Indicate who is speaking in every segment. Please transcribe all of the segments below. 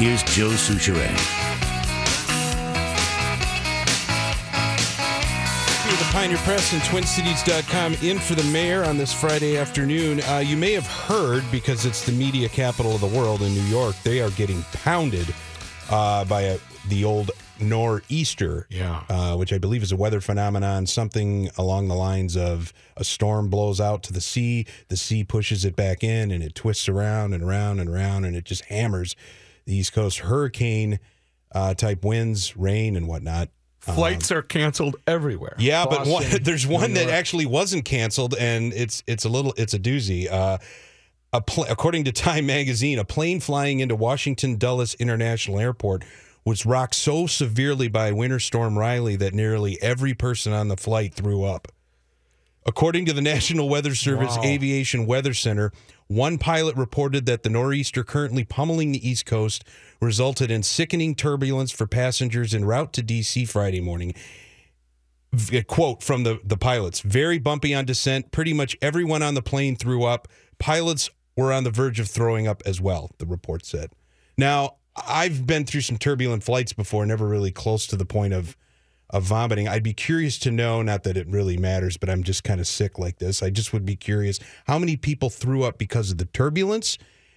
Speaker 1: Here's Joe Souchere.
Speaker 2: Here, the Pioneer Press and TwinCities.com in for the mayor on this Friday afternoon. Uh, you may have heard because it's the media capital of the world in New York. They are getting pounded uh, by a, the old nor'easter,
Speaker 3: Yeah.
Speaker 2: uh, which I believe is a weather phenomenon, something along the lines of a storm blows out to the sea, the sea pushes it back in, and it twists around and around and around, and it just hammers the East Coast hurricane uh, type winds, rain, and whatnot.
Speaker 3: Flights are canceled everywhere.
Speaker 2: Yeah,
Speaker 3: Boston,
Speaker 2: but one, there's
Speaker 3: New
Speaker 2: one that
Speaker 3: York.
Speaker 2: actually wasn't canceled, and it's it's a little it's a doozy. Uh, a pl- according to Time magazine, a plane flying into Washington Dulles International Airport was rocked so severely by Winter Storm Riley that nearly every person on the flight threw up. According to the National Weather Service
Speaker 3: Wow.
Speaker 2: Aviation Weather Center, one pilot reported that the nor'easter currently pummeling the East Coast resulted in sickening turbulence for passengers en route to D.C. Friday morning v- a quote from the, the pilots very bumpy on descent pretty much everyone on the plane threw up pilots were on the verge of throwing up as well the report said now i've been through some turbulent flights before never really close to the point of of vomiting i'd be curious to know not that it really matters but i'm just kind of sick like this i just would be curious how many people threw up because of the turbulence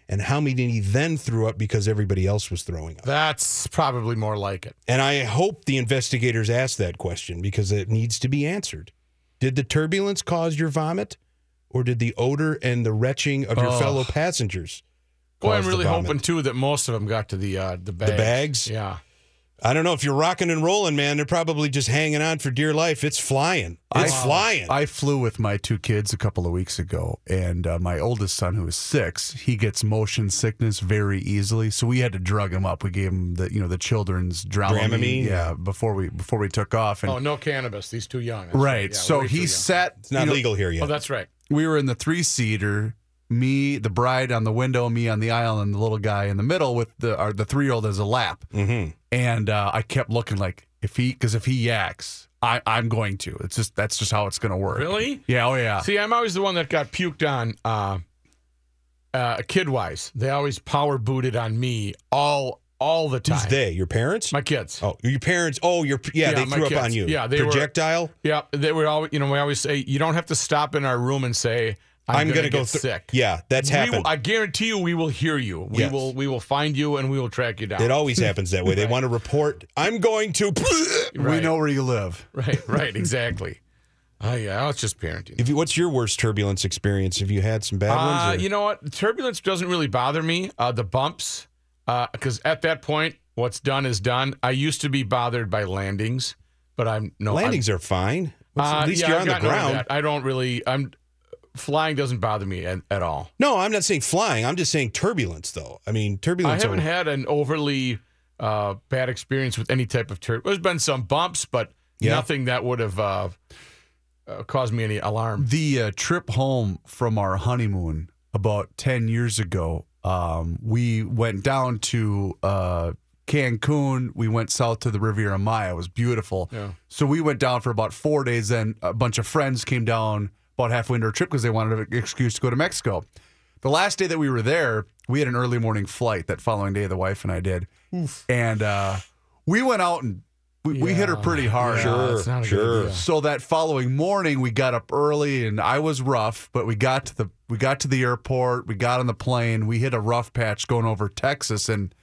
Speaker 2: and how many then threw up because everybody else was throwing up
Speaker 3: That's probably more like it.
Speaker 2: and I hope the investigators ask that question because it needs to be answered. Did the turbulence cause your vomit, or did the odor and the retching of your
Speaker 3: Ugh.
Speaker 2: fellow passengers?
Speaker 3: Boy, I'm
Speaker 2: cause the
Speaker 3: really
Speaker 2: vomit?
Speaker 3: hoping too that most of them got to the uh, the bags.
Speaker 2: bags?
Speaker 3: Yeah.
Speaker 2: I don't know if you're rocking and rolling, man. They're probably just hanging on for dear life. It's flying. It's flying.
Speaker 4: I flew with my two kids a couple of weeks ago, and uh, my oldest son, who is six, he gets motion sickness very easily. So we had to drug him up. We gave him the you know the children's Dramamine,
Speaker 2: Dramamine?
Speaker 4: yeah, before we before we took off. And
Speaker 3: Oh, no cannabis. These too young. That's
Speaker 4: right,
Speaker 3: Yeah,
Speaker 4: so
Speaker 3: way too
Speaker 4: he
Speaker 3: young.
Speaker 4: sat.
Speaker 2: it's not
Speaker 4: you know,
Speaker 2: legal here
Speaker 3: Oh,
Speaker 2: yet.
Speaker 3: that's right.
Speaker 4: we were in the three seater. Me, the bride on the window, me on the aisle, and the little guy in the middle with the or the three year old as a lap.
Speaker 2: hmm
Speaker 4: And uh, I kept looking like if he because if he yaks, I I'm going to. It's just that's just how it's going to work.
Speaker 3: Really?
Speaker 4: Yeah. Oh yeah.
Speaker 3: See, I'm always the one that got puked on. Uh, uh, kid wise, they always power booted on me all all the time.
Speaker 2: Who's they? Your parents?
Speaker 3: My kids.
Speaker 2: oh, your parents. Oh, your yeah.
Speaker 3: Yeah,
Speaker 2: they
Speaker 3: my
Speaker 2: threw up
Speaker 3: kids.
Speaker 2: on you.
Speaker 3: Yeah, they were-
Speaker 2: projectile.
Speaker 3: Yeah, they were always. You know, we always say you don't have to stop in our room and say I'm,
Speaker 2: I'm,
Speaker 3: gonna,
Speaker 2: gonna, go
Speaker 3: get
Speaker 2: through.
Speaker 3: sick.
Speaker 2: Yeah, that's
Speaker 3: We will-
Speaker 2: happened.
Speaker 3: I guarantee you, we will hear you. We
Speaker 2: Yes.
Speaker 3: will. We will find you, and we will track you down.
Speaker 2: it always happens that way. They want to report. I'm going to.
Speaker 3: Right.
Speaker 4: We know where you live.
Speaker 3: Right. Right. Exactly. Oh yeah, it's just parenting.
Speaker 2: If you, what's your worst turbulence experience? Have you had some bad
Speaker 3: Uh,
Speaker 2: ones? or-
Speaker 3: you know what? Turbulence doesn't really bother me. Uh, the bumps, because at that point, what's done is done. I used to be bothered by landings, but I'm no I'm-
Speaker 2: landings are fine. What's-
Speaker 3: uh,
Speaker 2: at least
Speaker 3: yeah,
Speaker 2: you're
Speaker 3: I've
Speaker 2: on the
Speaker 3: gotten over
Speaker 2: ground.
Speaker 3: that. I don't really. I'm flying doesn't bother me at, at all.
Speaker 2: No, I'm not saying flying. I'm just saying turbulence, though. I mean,
Speaker 3: I
Speaker 2: turbulence.
Speaker 3: haven't
Speaker 2: are-
Speaker 3: had an overly uh, bad experience with any type of turbulence. There's been some bumps, but
Speaker 2: Yeah.
Speaker 3: nothing that would have uh, uh, caused me any alarm.
Speaker 4: The uh, trip home from our honeymoon about 10 years ago, um, we went down to uh, Cancun. We went south to the Riviera Maya. It was beautiful.
Speaker 3: Yeah.
Speaker 4: So we went down for about four days. Then a bunch of friends came down about halfway into our trip because they wanted an excuse to go to Mexico. The last day that we were there, we had an early morning flight that following day, the wife and I did. And uh, we went out and we, we hit her
Speaker 3: Yeah.
Speaker 4: pretty hard.
Speaker 3: Yeah, that's not a good
Speaker 2: Sure,
Speaker 3: idea.
Speaker 4: So that following morning, we got up early, and I was rough, but we got to the we got to the airport, we got on the plane, we hit a rough patch going over Texas, and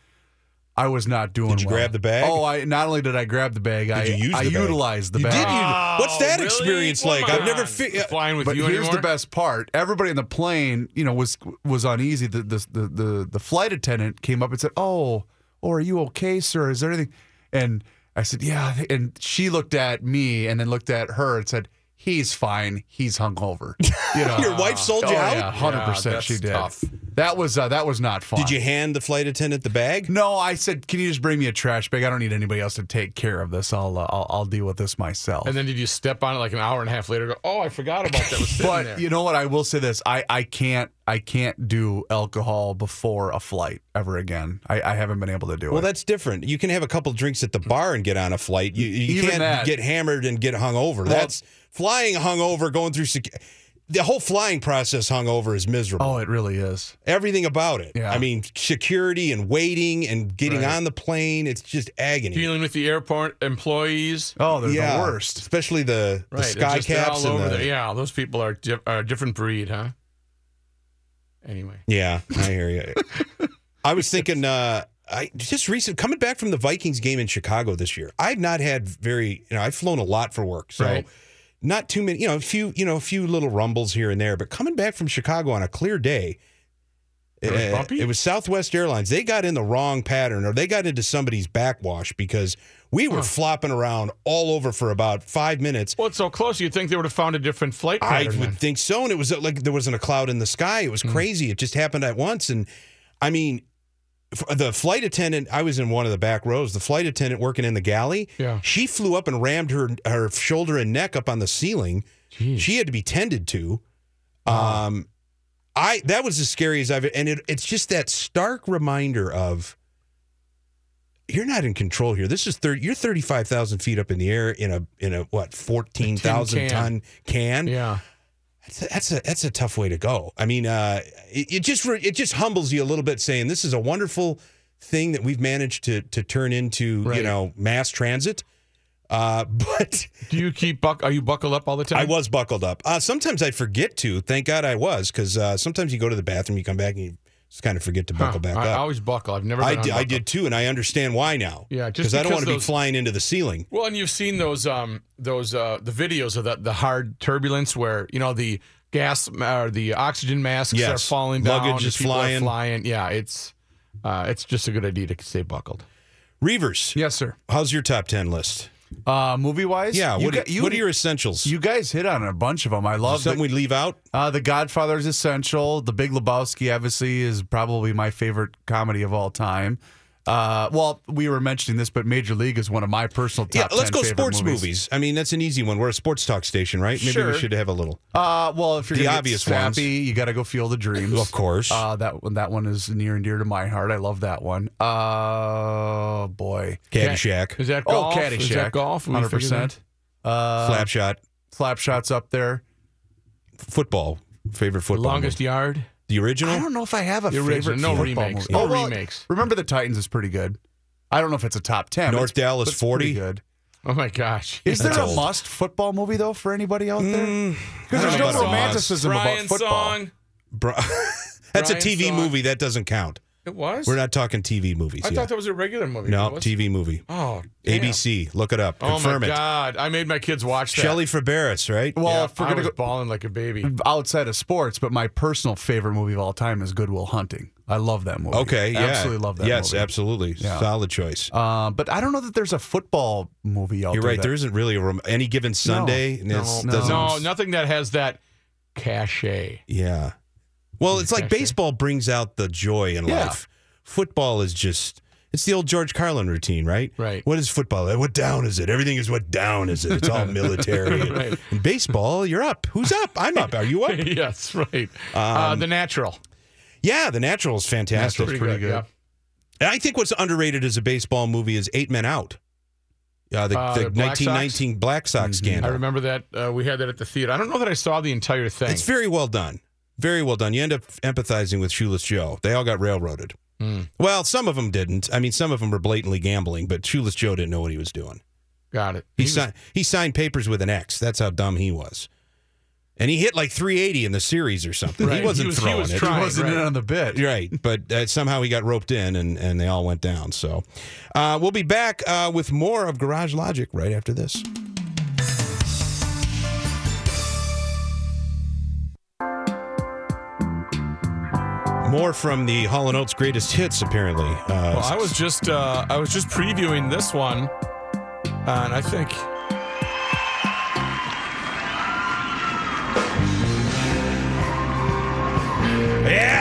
Speaker 4: I was not doing.
Speaker 2: Did you
Speaker 4: well.
Speaker 2: grab the bag?
Speaker 4: Oh, I not only did I grab the bag, I
Speaker 2: you use
Speaker 4: I
Speaker 2: the bag?
Speaker 4: utilized the
Speaker 2: You
Speaker 4: bag.
Speaker 2: did use- What's that
Speaker 3: really?
Speaker 2: experience
Speaker 3: Come
Speaker 2: like? I've
Speaker 3: on.
Speaker 2: never fi- uh,
Speaker 3: flying with
Speaker 4: but
Speaker 3: you
Speaker 4: here's
Speaker 3: anymore.
Speaker 4: the best part: everybody in the plane, you know, was was uneasy. The the the the, the flight attendant came up and said, "Oh, oh, are you okay, sir? Is there anything?" And I said, "Yeah." And she looked at me and then looked at her and said, he's fine. He's hungover. You know?
Speaker 2: Your wife sold you
Speaker 4: oh,
Speaker 2: out?
Speaker 4: Yeah, hundred
Speaker 3: Yeah,
Speaker 4: percent.
Speaker 3: that's
Speaker 4: She did.
Speaker 3: tough.
Speaker 4: That was uh, that was not fun.
Speaker 2: Did you hand the flight attendant the bag?
Speaker 4: No, I said, can you just bring me a trash bag? I don't need anybody else to take care of this. I'll uh, I'll, I'll deal with this myself.
Speaker 3: And then did you step on it like an hour and a half later? and Go, oh, I forgot about that. It Was sitting
Speaker 4: but
Speaker 3: there.
Speaker 4: you know what? I will say this: I, I can't I can't do alcohol before a flight ever again. I, I haven't been able to do
Speaker 2: Well,
Speaker 4: it.
Speaker 2: that's different. You can have a couple drinks at the bar and get on a flight. You, you
Speaker 4: Even
Speaker 2: can't
Speaker 4: that.
Speaker 2: get hammered and get hungover. That's flying hungover, going through sec- the whole flying process hungover is miserable.
Speaker 4: oh, it really is.
Speaker 2: Everything about it.
Speaker 4: Yeah.
Speaker 2: I mean, security and waiting and getting
Speaker 3: Right.
Speaker 2: on the plane. It's just agony.
Speaker 3: dealing with the airport employees.
Speaker 4: Oh, they're
Speaker 2: yeah,
Speaker 4: the worst.
Speaker 2: Especially the, the
Speaker 3: Right, it's
Speaker 2: sky
Speaker 3: just they're
Speaker 2: caps.
Speaker 3: all
Speaker 2: and
Speaker 3: over
Speaker 2: the-
Speaker 3: there. Yeah, those people are, di- are a different breed, huh? Anyway,
Speaker 2: Yeah, I hear you. I was thinking, uh, I just recent coming back from the Vikings game in Chicago this year. I've not had very, you know, I've flown a lot for work, so
Speaker 3: Right.
Speaker 2: not too many, you know, a few, you know, a few little rumbles here and there. But coming back from Chicago on a clear day, eh,
Speaker 3: It was bumpy?
Speaker 2: it was Southwest Airlines. They got in the wrong pattern, or they got into somebody's backwash because we were flopping around all over for about five minutes.
Speaker 3: well, it's so close. You'd think they would have found a different flight
Speaker 2: I
Speaker 3: pattern. then. Hmm.
Speaker 2: would think so. And it was uh, like there wasn't a cloud in the sky. It was crazy. It just happened at once. And I mean, f- the flight attendant, I was in one of the back rows, the flight attendant working in the galley,
Speaker 3: Yeah.
Speaker 2: she flew up and rammed her, her shoulder and neck up on the ceiling.
Speaker 3: Jeez.
Speaker 2: She had to be tended to. Um, I that was as scary as I've and it, it's just that stark reminder of you're not in control here. This is thirty. You're thirty five thousand feet up in the air in a in a what fourteen thousand
Speaker 3: can.
Speaker 2: ton can.
Speaker 3: yeah.
Speaker 2: That's a, that's a that's a tough way to go. I mean, uh, it, it just re- it just humbles you a little bit, saying this is a wonderful thing that we've managed to to turn into you
Speaker 3: Right.
Speaker 2: know mass transit. Uh, but
Speaker 3: Do you keep buck? Are you buckled up all the time?
Speaker 2: I was buckled up. Uh, sometimes I forget to. Thank God I was, because uh, sometimes you go to the bathroom, you come back, and you just kind of forget to
Speaker 3: Huh.
Speaker 2: buckle back
Speaker 3: I
Speaker 2: up.
Speaker 3: always buckle. I've never.
Speaker 2: I
Speaker 3: been
Speaker 2: di- I
Speaker 3: unbuckled.
Speaker 2: did too, and I understand why now.
Speaker 3: Yeah, just
Speaker 2: because I don't
Speaker 3: because
Speaker 2: want to be
Speaker 3: those-
Speaker 2: flying into the ceiling.
Speaker 3: Well, and you've seen those um those uh the videos of the the hard turbulence where you know the gas or the oxygen masks are
Speaker 2: Yes.
Speaker 3: falling down,
Speaker 2: Luggage
Speaker 3: and
Speaker 2: is
Speaker 3: people are
Speaker 2: flying.
Speaker 3: flying. Yeah, it's uh it's just a good idea to stay buckled.
Speaker 2: Reavers,
Speaker 4: Yes, sir.
Speaker 2: how's your top ten list?
Speaker 4: Uh, movie wise,
Speaker 2: Yeah, what, are- what are your essentials?
Speaker 4: You guys hit on a bunch of them. I love the,
Speaker 2: Something we leave out?
Speaker 4: uh, the Godfather is essential. The Big Lebowski obviously is probably my favorite comedy of all time. Uh, well, we were mentioning this, but Major League is one of my personal
Speaker 2: Yeah,
Speaker 4: top.
Speaker 2: let's
Speaker 4: 10
Speaker 2: go
Speaker 4: favorite
Speaker 2: sports movies. I mean, that's an easy one. We're a sports talk station, right? Maybe
Speaker 4: Sure.
Speaker 2: we should have a little.
Speaker 4: Uh, well, if you're
Speaker 2: The
Speaker 4: gonna
Speaker 2: obvious
Speaker 4: get
Speaker 2: ones.
Speaker 4: sappy, you got to go feel the dreams.
Speaker 2: Of course.
Speaker 4: Uh, that one, that one is near and dear to my heart. I love that one. Oh boy.
Speaker 2: Caddyshack,
Speaker 3: Is that
Speaker 4: Oh,
Speaker 3: golf?
Speaker 4: Caddyshack.
Speaker 3: Is that golf? We
Speaker 4: Hundred
Speaker 3: figured that-
Speaker 4: percent. Uh,
Speaker 2: slap shot,
Speaker 4: Slapshot's up there.
Speaker 2: football. Favorite football.
Speaker 3: Longest yard.
Speaker 2: movie. The original.
Speaker 4: I don't know if I have a
Speaker 3: The
Speaker 4: favorite.
Speaker 3: original. No
Speaker 4: football
Speaker 3: remakes.
Speaker 4: movie.
Speaker 3: No
Speaker 4: Oh, well,
Speaker 3: remakes.
Speaker 4: Remember the Titans is pretty good. I don't know if it's a top ten. but
Speaker 2: North
Speaker 4: it's- but
Speaker 2: Dallas
Speaker 4: it's pretty
Speaker 2: 40.
Speaker 4: Good.
Speaker 3: Oh my gosh.
Speaker 4: Is there
Speaker 2: That's
Speaker 4: a
Speaker 2: old.
Speaker 4: must football movie though for anybody out there?
Speaker 2: Mm,
Speaker 4: Because
Speaker 2: I
Speaker 4: there's
Speaker 2: don't know about
Speaker 4: no
Speaker 2: a must.
Speaker 4: romanticism about
Speaker 3: Brian
Speaker 4: football.
Speaker 3: Song.
Speaker 2: bro- that's a
Speaker 3: Brian
Speaker 2: TV
Speaker 3: Song.
Speaker 2: movie. That doesn't count.
Speaker 3: It was.
Speaker 2: We're not talking TV movies.
Speaker 3: I
Speaker 2: yeah.
Speaker 3: thought that was a regular movie.
Speaker 2: no,
Speaker 3: It was?
Speaker 2: TV movie.
Speaker 3: Oh, damn.
Speaker 2: ABC. Look it up.
Speaker 3: Oh
Speaker 2: Confirm
Speaker 3: my
Speaker 2: it.
Speaker 3: God! I made my kids watch that.
Speaker 2: Shelley Fabaris, right?
Speaker 4: Well,
Speaker 3: yeah,
Speaker 4: if we're
Speaker 3: I
Speaker 4: gonna
Speaker 3: was
Speaker 4: go
Speaker 3: bawling like a baby.
Speaker 4: outside of sports, but my personal favorite movie of all time is Goodwill Hunting. I love that movie.
Speaker 2: okay. Yeah.
Speaker 4: absolutely love that.
Speaker 2: Yes,
Speaker 4: movie.
Speaker 2: absolutely.
Speaker 4: Yeah.
Speaker 2: Solid choice.
Speaker 4: Uh, but I don't know that there's a football movie out
Speaker 2: You're
Speaker 4: there.
Speaker 2: right.
Speaker 4: that-
Speaker 2: There isn't really a rom- any given Sunday. and it's-
Speaker 4: no.
Speaker 2: doesn't-
Speaker 3: No, nothing that has that cachet.
Speaker 2: Yeah. Well, it's like
Speaker 3: Actually.
Speaker 2: baseball brings out the joy in
Speaker 4: Yeah.
Speaker 2: life. Football is just it's the old George Carlin routine, right?
Speaker 3: Right.
Speaker 2: What is football? What down is it? Everything is what down is it? It's all military.
Speaker 3: Right.
Speaker 2: And baseball, you're up. Who's up? I'm up. Are you up?
Speaker 3: yes, right. uh, the natural.
Speaker 2: Yeah, the natural is fantastic.
Speaker 3: Natural's pretty good,
Speaker 2: And I think what's underrated as a baseball movie is Eight Men Out. Uh, the,
Speaker 3: Uh,
Speaker 2: the,
Speaker 3: the Black Sox?
Speaker 2: 1919
Speaker 3: Mm-hmm.
Speaker 2: Black Sox
Speaker 3: I
Speaker 2: scandal.
Speaker 3: remember that uh, we had that at the theater. I don't know that I saw the entire thing.
Speaker 2: It's very well done. Very well done. You end up empathizing with Shoeless Joe. They all got railroaded.
Speaker 3: Hmm,
Speaker 2: Well, some of them didn't. I mean, some of them were blatantly gambling, but Shoeless Joe didn't know what he was doing.
Speaker 3: got it.
Speaker 2: He,
Speaker 3: was-
Speaker 2: signed he signed papers with an X. That's how dumb he was. And he hit like 380 in the series or something.
Speaker 3: Right.
Speaker 2: He wasn't
Speaker 3: He was- he
Speaker 2: throwing
Speaker 3: was
Speaker 2: it.
Speaker 3: trying.
Speaker 4: He wasn't
Speaker 3: Right,
Speaker 4: in
Speaker 3: right.
Speaker 4: on the bit.
Speaker 2: Right, but uh, somehow he got roped in, and, and they all went down. So uh, we'll be back uh, with more of Garage Logic right after this. More from the Hall and Oates greatest hits, apparently. Uh,
Speaker 3: well, I was just uh, I was just uh, previewing this one, and I think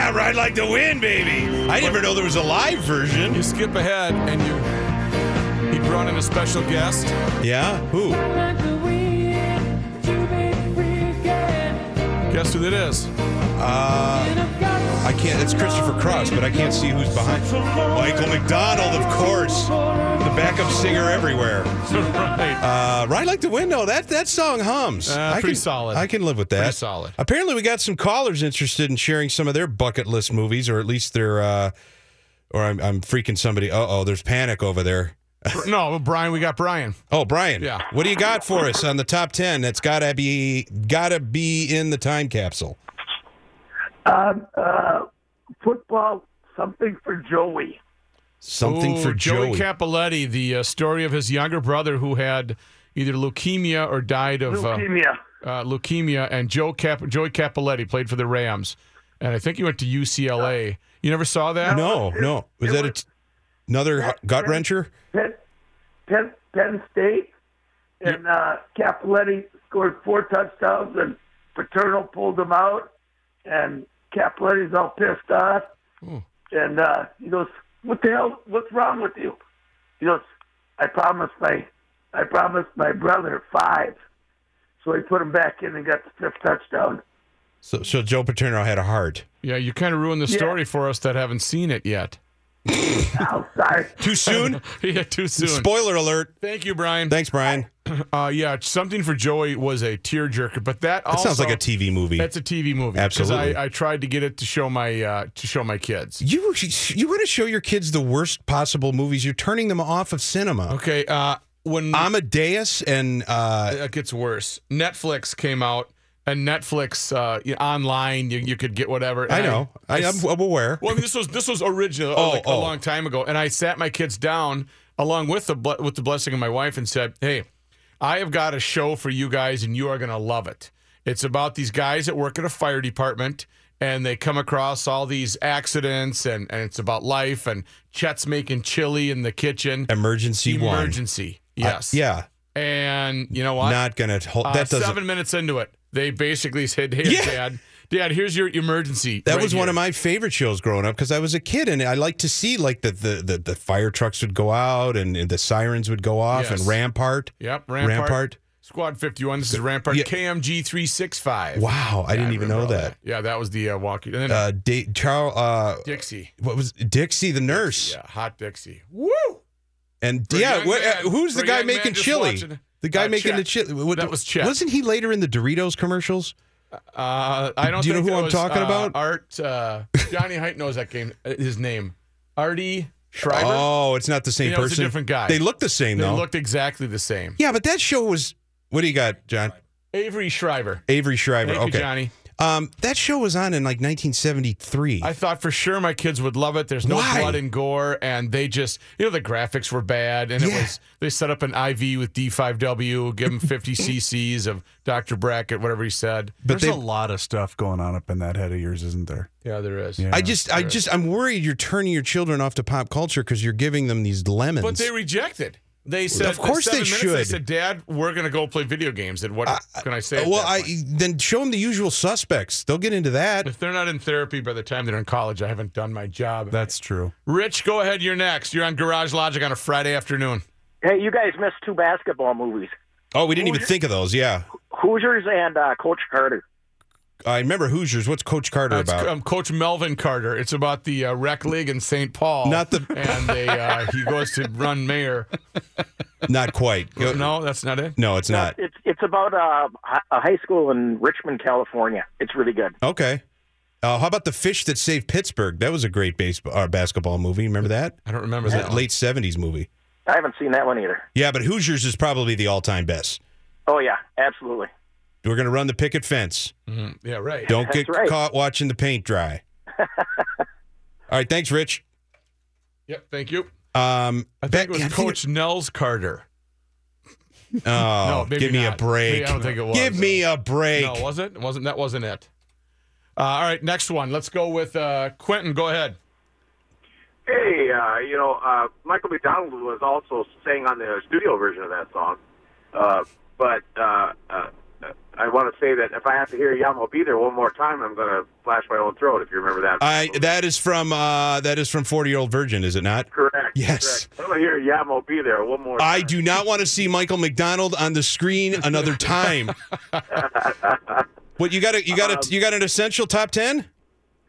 Speaker 2: I ride like the wind, baby. I never know there was a live version.
Speaker 3: You skip ahead and you he brought in a special guest.
Speaker 2: Yeah, who?
Speaker 3: Guess who that is?
Speaker 2: I can't. It's Christopher Cross, but I can't see who's behind. Michael McDonald, of course, the backup singer everywhere.
Speaker 3: right.
Speaker 2: Uh, Ride Like the Wind, though, that, that song hums.
Speaker 3: Uh,
Speaker 2: I
Speaker 3: pretty
Speaker 2: can,
Speaker 3: solid.
Speaker 2: I can live with that.
Speaker 3: Pretty solid.
Speaker 2: Apparently, we got some callers interested in sharing some of their bucket list movies, or at least their. Uh, or I'm, I'm freaking somebody. Uh oh, there's panic over there.
Speaker 3: no, Brian, we got Brian.
Speaker 2: Oh, Brian.
Speaker 3: Yeah.
Speaker 2: What do you got for us on the top ten? That's gotta be gotta be in the time capsule.
Speaker 5: Um, uh, football, something for Joey.
Speaker 2: Something
Speaker 3: Ooh,
Speaker 2: for Joey.
Speaker 3: Capoletti, the uh, story of his younger brother who had either leukemia or died of uh,
Speaker 5: Leukemia.
Speaker 3: uh, leukemia, and Joe Cap- Joey Capoletti played for the Rams, and I think he went to UCLA. You never saw that?
Speaker 2: no, no. Was
Speaker 5: it
Speaker 2: that a
Speaker 5: was-
Speaker 2: t- another gut wrencher?
Speaker 5: Penn, Penn, Penn State, and uh, Capoletti scored four touchdowns, and Paternal pulled him out, and Capoletti's all pissed off, and uh, he goes, "What the hell? What's wrong with you?" He goes, "I promised my, I promised my brother five, so he put him back in and got the fifth touchdown."
Speaker 2: So, so Joe Paterno had a heart.
Speaker 3: Yeah, you kind of ruined the story for us that haven't seen it yet.
Speaker 5: Oh, sorry.
Speaker 2: Too soon?
Speaker 3: yeah, too soon.
Speaker 2: Spoiler alert.
Speaker 3: Thank you, Brian.
Speaker 2: Thanks, Brian.
Speaker 3: uh, yeah, something for Joey was a tearjerker, but that,
Speaker 2: That
Speaker 3: also
Speaker 2: sounds like a TV movie.
Speaker 3: That's a TV movie. 'cause
Speaker 2: Absolutely.
Speaker 3: I, I tried to get it to show my uh, to show my kids.
Speaker 2: you you want to show your kids the worst possible movies? You're turning them off of cinema.
Speaker 3: Okay, uh, when
Speaker 2: Amadeus and uh,
Speaker 3: it gets worse. Netflix came out, and Netflix uh, you- online you, you could get whatever. and
Speaker 2: I know I,
Speaker 3: s-
Speaker 2: am I'm aware.
Speaker 3: well, I mean, this was this was original
Speaker 2: Oh,
Speaker 3: like,
Speaker 2: oh.
Speaker 3: a long time ago, and I sat my kids down along with the ble- with the blessing of my wife and said, "Hey, I have got a show for you guys, and you are going to love it. It's about these guys that work at a fire department." And they come across all these accidents, and, and it's about life. And Chet's making chili in the kitchen.
Speaker 2: Emergency, one.
Speaker 3: Emergency. Yes.
Speaker 2: Uh, yeah.
Speaker 3: And you know what?
Speaker 2: Not gonna. Hold,
Speaker 3: Uh,
Speaker 2: that doesn't.
Speaker 3: seven minutes into it, they basically said, "Hey,
Speaker 2: Yeah.
Speaker 3: Dad, Dad, here's your emergency."
Speaker 2: That
Speaker 3: right
Speaker 2: was one
Speaker 3: here."
Speaker 2: of my favorite shows growing up because I was a kid and I liked to see like the the, the, the fire trucks would go out and, and the sirens would go off
Speaker 3: Yes.
Speaker 2: and Rampart.
Speaker 3: Yep, Rampart.
Speaker 2: Rampart.
Speaker 3: Squad 51. This is Rampart
Speaker 2: Yeah.
Speaker 3: KMG 365.
Speaker 2: Wow, I
Speaker 3: Yeah,
Speaker 2: didn't even
Speaker 3: remember
Speaker 2: know
Speaker 3: all
Speaker 2: that.
Speaker 3: Yeah, that was the uh, walkie. And then
Speaker 2: Uh, da- Charles. Uh,
Speaker 3: Dixie.
Speaker 2: what was Dixie the nurse?
Speaker 3: Yeah, hot Dixie. Woo!
Speaker 2: And
Speaker 3: For a
Speaker 2: yeah,
Speaker 3: young
Speaker 2: what,
Speaker 3: man-
Speaker 2: uh, who's
Speaker 3: for
Speaker 2: the
Speaker 3: a
Speaker 2: guy
Speaker 3: young man
Speaker 2: making
Speaker 3: just
Speaker 2: chili?
Speaker 3: watching-
Speaker 2: The guy
Speaker 3: uh,
Speaker 2: making the
Speaker 3: Chet.
Speaker 2: chili. What-
Speaker 3: That was Chet.
Speaker 2: Wasn't he later in the Doritos commercials?
Speaker 3: Uh, I don't
Speaker 2: Do you know
Speaker 3: think
Speaker 2: who
Speaker 3: that
Speaker 2: I'm
Speaker 3: was,
Speaker 2: talking
Speaker 3: uh,
Speaker 2: about?
Speaker 3: Art. Uh, Johnny Height knows that game. uh, His name. Artie Schreiber.
Speaker 2: Oh, it's not the same
Speaker 3: You know,
Speaker 2: person.
Speaker 3: it's a different guy.
Speaker 2: They look the same
Speaker 3: they
Speaker 2: though.
Speaker 3: looked exactly the same.
Speaker 2: yeah, but that show was. What do you got, John?
Speaker 3: Avery Shriver.
Speaker 2: Avery Shriver.
Speaker 3: Thank
Speaker 2: okay.
Speaker 3: you, Johnny.
Speaker 2: Um, that show was on in like 1973.
Speaker 3: I thought for sure my kids would love it. There's no
Speaker 2: Why?
Speaker 3: blood and gore, and they just, you know, the graphics were bad, and it
Speaker 2: Yeah.
Speaker 3: was they set up an IV with D5W, give them 50 cc's of Dr. Brackett, whatever he said.
Speaker 2: but
Speaker 4: There's
Speaker 2: they.
Speaker 4: a lot of stuff going on up in that head of yours, isn't there?
Speaker 3: Yeah, there is.
Speaker 2: I just, I just, I'm worried you're turning your children off to pop culture because you're giving them these lemons.
Speaker 3: But they rejected. They said,
Speaker 2: Of course
Speaker 3: seven
Speaker 2: they
Speaker 3: minutes,
Speaker 2: should.
Speaker 3: said, Dad, we're gonna go play video games. And what can I say? at
Speaker 2: Uh, well,
Speaker 3: that
Speaker 2: I
Speaker 3: point?
Speaker 2: then show them the usual suspects. They'll get into that.
Speaker 3: if they're not in therapy by the time they're in college, I haven't done my job.
Speaker 4: That's true.
Speaker 3: Rich, go ahead. You're next. You're on Garage Logic on a Friday afternoon.
Speaker 6: Hey, you guys missed two basketball movies,
Speaker 2: Oh, we didn't even think of those. Yeah,
Speaker 6: Hoosiers and uh, Coach Carter.
Speaker 2: I remember Hoosiers. What's Coach Carter
Speaker 3: That's
Speaker 2: about?
Speaker 3: um, Coach Melvin Carter. It's about the uh, rec league in St. Paul.
Speaker 2: Not the-
Speaker 3: and they uh, he goes to run mayor.
Speaker 2: Not quite. Go-
Speaker 3: No, that's not it.
Speaker 2: no, it's not.
Speaker 6: It's it's about uh, hi- a high school in Richmond, California. It's really good.
Speaker 2: Okay. Uh, how about the fish that saved Pittsburgh? That was a great baseball or basketball movie. Remember that?
Speaker 3: I don't
Speaker 2: It
Speaker 3: remember
Speaker 2: was
Speaker 3: that.
Speaker 2: a late seventies movie.
Speaker 6: I haven't seen that one either.
Speaker 2: Yeah, but Hoosiers is probably the all-time best.
Speaker 6: Oh yeah, absolutely.
Speaker 2: We're gonna run the picket fence.
Speaker 3: one. Mm-hmm. Yeah, right.
Speaker 2: Don't
Speaker 6: That's
Speaker 2: get
Speaker 6: right.
Speaker 2: caught watching the paint dry. All right, thanks, Rich.
Speaker 3: Yep. Thank you.
Speaker 2: Um,
Speaker 3: I think
Speaker 2: Beck-
Speaker 3: it was
Speaker 2: yeah,
Speaker 3: Coach Nels Carter.
Speaker 2: Oh,
Speaker 3: no, maybe
Speaker 2: give me
Speaker 3: not.
Speaker 2: a break.
Speaker 3: Maybe- I don't think it was.
Speaker 2: Give me a break.
Speaker 3: No, was it? Wasn't that? Wasn't it? Uh, all right, next one. Let's go with uh, Quentin. Go ahead.
Speaker 7: Hey, uh, you know, uh, Michael McDonald was also sang on the studio version of that song, uh, but uh, uh, I want to say that if I have to hear Yamo be there one more time, I'm going to flash my own throat. If you remember that,
Speaker 2: I that is from uh, that is from Forty Year Old Virgin, is it not?
Speaker 7: correct.
Speaker 2: Yes.
Speaker 7: correct. I'm going to hear Yamo be there one more.
Speaker 2: I
Speaker 7: time.
Speaker 2: do not want to see Michael McDonald on the screen another time. what you got? A, you got? A,
Speaker 6: Um,
Speaker 2: you got an essential top ten?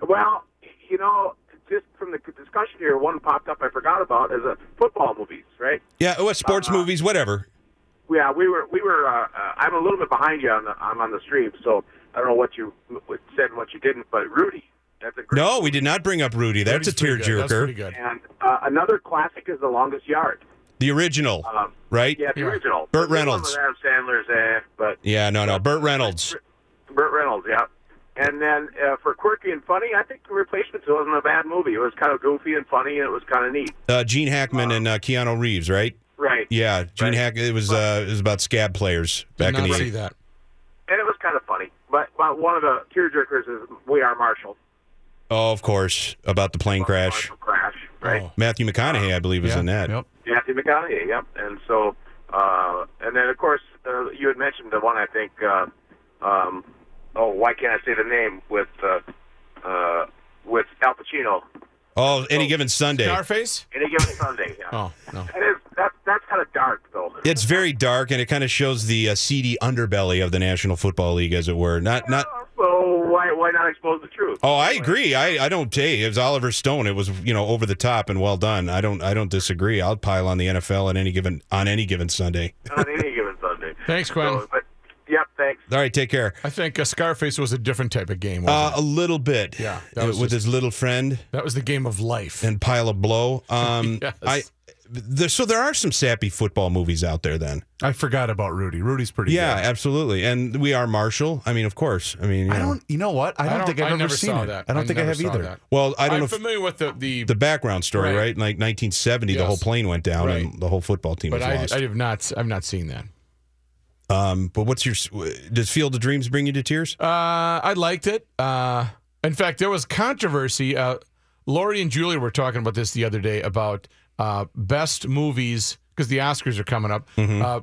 Speaker 7: Well, you know, just from the discussion here, one popped up I forgot about is uh, football movies, right?
Speaker 2: Yeah, oh, sports
Speaker 6: uh-huh.
Speaker 2: movies, whatever.
Speaker 7: Yeah, we were we were. Uh, uh, I'm a little bit behind you on the I'm on the stream, so I don't know what you what said and what you didn't. But Rudy, that's a great
Speaker 2: No, we did not bring up Rudy. That's a
Speaker 3: pretty good. That's pretty
Speaker 2: tearjerker.
Speaker 3: good.
Speaker 7: And uh, another classic is The Longest Yard.
Speaker 2: The original,
Speaker 7: Um,
Speaker 2: right?
Speaker 7: Yeah, the
Speaker 3: Yeah.
Speaker 7: original.
Speaker 2: Burt
Speaker 7: The new one
Speaker 2: Reynolds.
Speaker 7: with Adam Sandler's, eh, but
Speaker 2: Yeah, no, no. Burt Reynolds.
Speaker 7: Burt Reynolds, yeah. And then uh, for quirky and funny, I think The Replacements wasn't a bad movie. It was kind of goofy and funny, and it was kind of neat.
Speaker 2: Uh, Gene Hackman and uh, Keanu Reeves, right?
Speaker 7: Right.
Speaker 2: Yeah, Gene
Speaker 7: Right.
Speaker 2: Hack. It was uh, it was about scab players back
Speaker 3: Did not
Speaker 2: in the
Speaker 3: see
Speaker 2: eight-
Speaker 3: that.
Speaker 7: And it was kind of funny. But, but one of the tearjerkers is We Are Marshall.
Speaker 2: Oh, of course, about the plane crash.
Speaker 7: Marshall Crash, right?
Speaker 3: Oh.
Speaker 2: Matthew McConaughey, I believe, was in that.
Speaker 4: Yep.
Speaker 7: Matthew McConaughey, yep. And so, uh, and then of course, uh, you had mentioned the one I think. Uh, um, oh, why can't I say the name with uh, uh, with Al Pacino?
Speaker 2: Oh, any given Sunday.
Speaker 3: Starface?
Speaker 7: Any given Sunday. Yeah.
Speaker 3: Oh, no.
Speaker 7: That is that, that's kind of dark though.
Speaker 2: It's very dark, and it kind of shows the uh, seedy underbelly of the National Football League, as it were. Not not.
Speaker 7: So why why not expose the truth?
Speaker 2: Oh, I agree. I, I don't. Hey, it was Oliver Stone. It was you know over the top and well done. I don't I don't disagree. I'll pile on the NFL on any given on any given Sunday.
Speaker 7: On any given Sunday.
Speaker 3: Thanks, Gwen.
Speaker 7: So, but, yep. Thanks.
Speaker 2: All right, take care.
Speaker 3: I think uh, Scarface was a different type of game.
Speaker 2: Uh,
Speaker 3: Wasn't
Speaker 2: a little bit.
Speaker 3: Yeah, that
Speaker 2: Uh,
Speaker 3: was
Speaker 2: with
Speaker 3: just-
Speaker 2: his little friend
Speaker 3: it? That was the game of life.
Speaker 2: and pile of blow. Um,
Speaker 3: Yes.
Speaker 2: I. There, so there are some sappy football movies out there. Then,
Speaker 4: I forgot about Rudy. Rudy's pretty
Speaker 2: yeah,
Speaker 4: good.
Speaker 2: absolutely. And we are Marshall. I mean, of course. I mean, you
Speaker 4: I
Speaker 2: know.
Speaker 4: don't you know what? I don't, think I've ever
Speaker 3: never
Speaker 4: seen
Speaker 3: saw
Speaker 4: it.
Speaker 3: That.
Speaker 4: I don't think I
Speaker 3: never
Speaker 4: have
Speaker 3: saw
Speaker 4: either.
Speaker 3: that.
Speaker 2: Well, I don't
Speaker 3: I'm
Speaker 2: know. if-
Speaker 3: familiar with the, the,
Speaker 2: the background story, right?
Speaker 3: Right.
Speaker 2: In like 1970, the
Speaker 3: Yes.
Speaker 2: whole plane went down
Speaker 3: Right.
Speaker 2: and the whole football team
Speaker 3: but
Speaker 2: was
Speaker 3: I,
Speaker 2: lost.
Speaker 3: I have not I've not seen that.
Speaker 2: um, but what's your? Does Field of Dreams bring you to tears?
Speaker 3: Uh, I liked it. Uh, in fact, there was controversy. Uh, Lori and Julia were talking about this the other day about uh, best movies because the Oscars are coming up.
Speaker 2: Mm-hmm.
Speaker 3: Uh,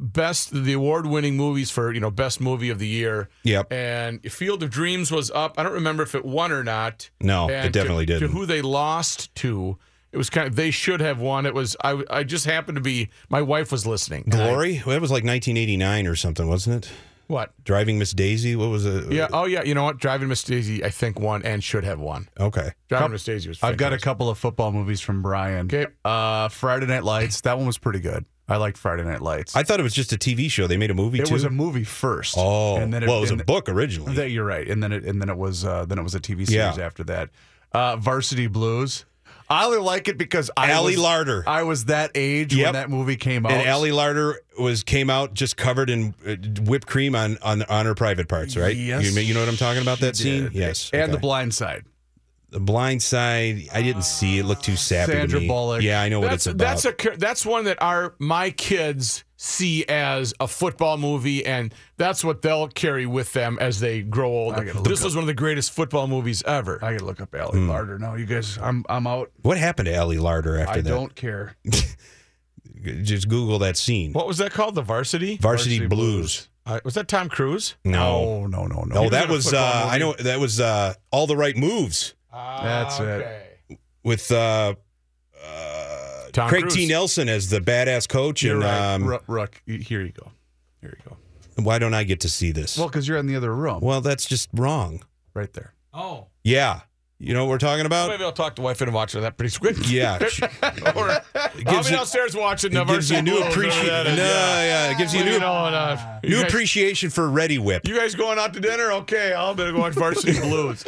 Speaker 3: best the award-winning movies for you know best movie of the year.
Speaker 2: Yep.
Speaker 3: And Field of Dreams was up. I don't remember if it won or not.
Speaker 2: No, Oh, it
Speaker 3: And
Speaker 2: definitely
Speaker 3: to,
Speaker 2: didn't.
Speaker 3: To who they lost to, it was kind of they should have won. It was I. I just happened to be my wife was listening. And I-
Speaker 2: Glory? Well, that was like 1989 or something, wasn't it?
Speaker 3: what?
Speaker 2: Driving Miss Daisy. What was it?
Speaker 3: Yeah. Oh yeah. You know what? Driving Miss Daisy, I think won and should have won.
Speaker 2: Okay.
Speaker 3: Driving Miss Daisy was.
Speaker 4: I've got a
Speaker 3: fantastic.
Speaker 4: couple of football movies from Brian.
Speaker 3: Okay.
Speaker 4: Uh, Friday Night Lights. That one was pretty good. I liked Friday Night Lights.
Speaker 2: I thought it was just a TV show. They made a movie
Speaker 4: it
Speaker 2: too.
Speaker 4: was a movie first.
Speaker 2: oh, well, it was a
Speaker 4: and-
Speaker 2: book originally.
Speaker 4: That you're right, and then it and then it was uh, then it was a TV series
Speaker 2: Yeah.
Speaker 4: after that. Uh, Varsity Blues. I only like it because I
Speaker 2: Ally
Speaker 4: was,
Speaker 2: Larder.
Speaker 4: I was that age
Speaker 2: Yep.
Speaker 4: when that movie came out.
Speaker 2: and Allie Larder was came out just covered in uh, whipped cream on, on on her private parts, right?
Speaker 4: Yes,
Speaker 2: You, you know what I'm talking about?
Speaker 4: she
Speaker 2: That scene.
Speaker 4: did.
Speaker 2: Yes.
Speaker 4: and
Speaker 2: okay.
Speaker 4: The Blind Side.
Speaker 2: The Blind Side. I didn't see it. Looked too sappy
Speaker 4: Sandra
Speaker 2: to me.
Speaker 4: Bullock.
Speaker 2: Yeah, I know what
Speaker 3: That's
Speaker 2: it's about.
Speaker 3: that's a cur- that's one that our my kids see as a football movie, and that's what they'll carry with them as they grow older.
Speaker 4: gotta look
Speaker 3: This was one of the greatest football movies ever.
Speaker 4: I gotta look up Allie
Speaker 2: Hmm.
Speaker 4: Larder. No, you guys, I'm I'm out.
Speaker 2: what happened to Allie Larder after
Speaker 4: I
Speaker 2: that?
Speaker 4: don't care.
Speaker 2: Just Google that scene.
Speaker 3: what was that called? The Varsity.
Speaker 2: Varsity,
Speaker 4: Varsity
Speaker 2: Blues.
Speaker 3: Uh, was that Tom Cruise?
Speaker 2: No.
Speaker 4: Oh, no, no, no.
Speaker 2: No,
Speaker 3: was
Speaker 2: that
Speaker 3: in a
Speaker 2: was uh,
Speaker 3: football
Speaker 2: I know that was uh, all the right moves
Speaker 4: Ah, That's it.
Speaker 3: it.
Speaker 2: with uh, uh,
Speaker 3: Tom
Speaker 2: Craig T.
Speaker 3: Cruise.
Speaker 2: Nelson as the badass coach.
Speaker 4: You're
Speaker 2: and
Speaker 4: right.
Speaker 2: um,
Speaker 4: Ru- Ruck, y- here you go. Here you go.
Speaker 2: why don't I get to see this?
Speaker 4: Well,
Speaker 2: Well,
Speaker 4: because you're in the other room,
Speaker 2: that's just wrong.
Speaker 4: right there.
Speaker 3: Oh,
Speaker 2: Yeah, you know what we're talking about.
Speaker 3: maybe I'll talk to wife and watch that pretty quick.
Speaker 2: Yeah, she-
Speaker 3: or I'll
Speaker 2: gives
Speaker 3: be
Speaker 2: you-
Speaker 3: downstairs watching. the
Speaker 2: it gives you a
Speaker 3: Varsity
Speaker 2: new
Speaker 3: Blues, whatever
Speaker 2: appreciation.
Speaker 3: that
Speaker 2: No,
Speaker 3: is. Yeah.
Speaker 2: yeah, it gives you a
Speaker 3: You
Speaker 2: new
Speaker 3: know, and, uh, you
Speaker 2: new
Speaker 3: guys-
Speaker 2: appreciation for Ready Whip.
Speaker 3: You guys going out to dinner? Okay, I'll better go watch Varsity Blues.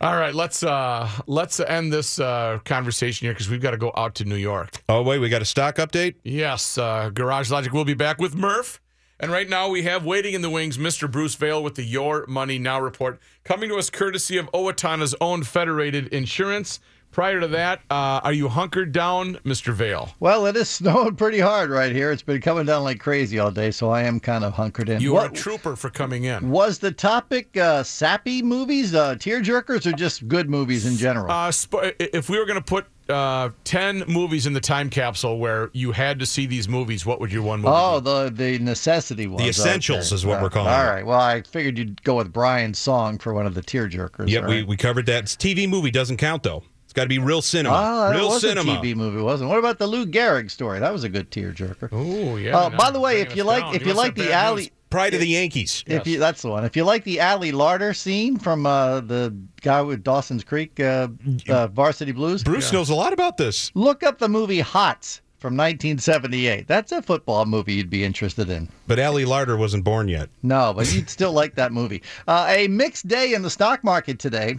Speaker 3: All right, let's uh let's end this uh conversation here because we've got to go out to New York.
Speaker 2: Oh wait, we got a stock update.
Speaker 3: Yes, uh Garage Logic will be back with Murph. And right now we have waiting in the wings Mr. Bruce Vail with the Your Money Now report coming to us courtesy of Owatonna's own Federated Insurance. Prior to that, uh, are you hunkered down, Mr. Vail?
Speaker 8: Well, it is snowing pretty hard right here. It's been coming down like crazy all day, so I am kind of hunkered in.
Speaker 3: You are a
Speaker 8: what
Speaker 3: trooper for coming in.
Speaker 8: was the topic? Uh, sappy movies, uh, tearjerkers, or just good movies in general?
Speaker 3: Uh, sp- if we were going to put uh, ten movies in the time capsule where you had to see these movies, what would your one movie?
Speaker 7: Oh, the the necessity ones. okay.
Speaker 2: essentials is what we're calling
Speaker 7: All
Speaker 2: it.
Speaker 7: right. Well, I figured you'd go with Brian's song for one of the tear jerkers.
Speaker 2: Yep, we, we covered that. It's TV movie doesn't count though. It's got to be real cinema.
Speaker 7: Oh, that
Speaker 2: real
Speaker 7: was
Speaker 2: cinema.
Speaker 7: a TV movie, wasn't it? What about the Lou Gehrig story? That was a good tearjerker.
Speaker 3: Oh yeah.
Speaker 7: Uh,
Speaker 3: now
Speaker 7: by the way,
Speaker 3: bringing
Speaker 7: if
Speaker 3: us
Speaker 7: you like,
Speaker 3: down.
Speaker 7: if
Speaker 3: Give
Speaker 7: you
Speaker 3: us
Speaker 7: like
Speaker 3: that
Speaker 7: the
Speaker 3: bad
Speaker 7: alley,
Speaker 3: news.
Speaker 2: Pride of the Yankees.
Speaker 7: If you that's the one. If you like the alley larder scene from uh, the guy with Dawson's Creek, uh, uh, Varsity Blues,
Speaker 2: Bruce knows a lot about this.
Speaker 7: look up the movie Hots from 1978. That's a football movie you'd be interested in.
Speaker 2: But Ali Larder wasn't born yet.
Speaker 7: No, but you'd still like that movie. Uh, a mixed day in the stock market today.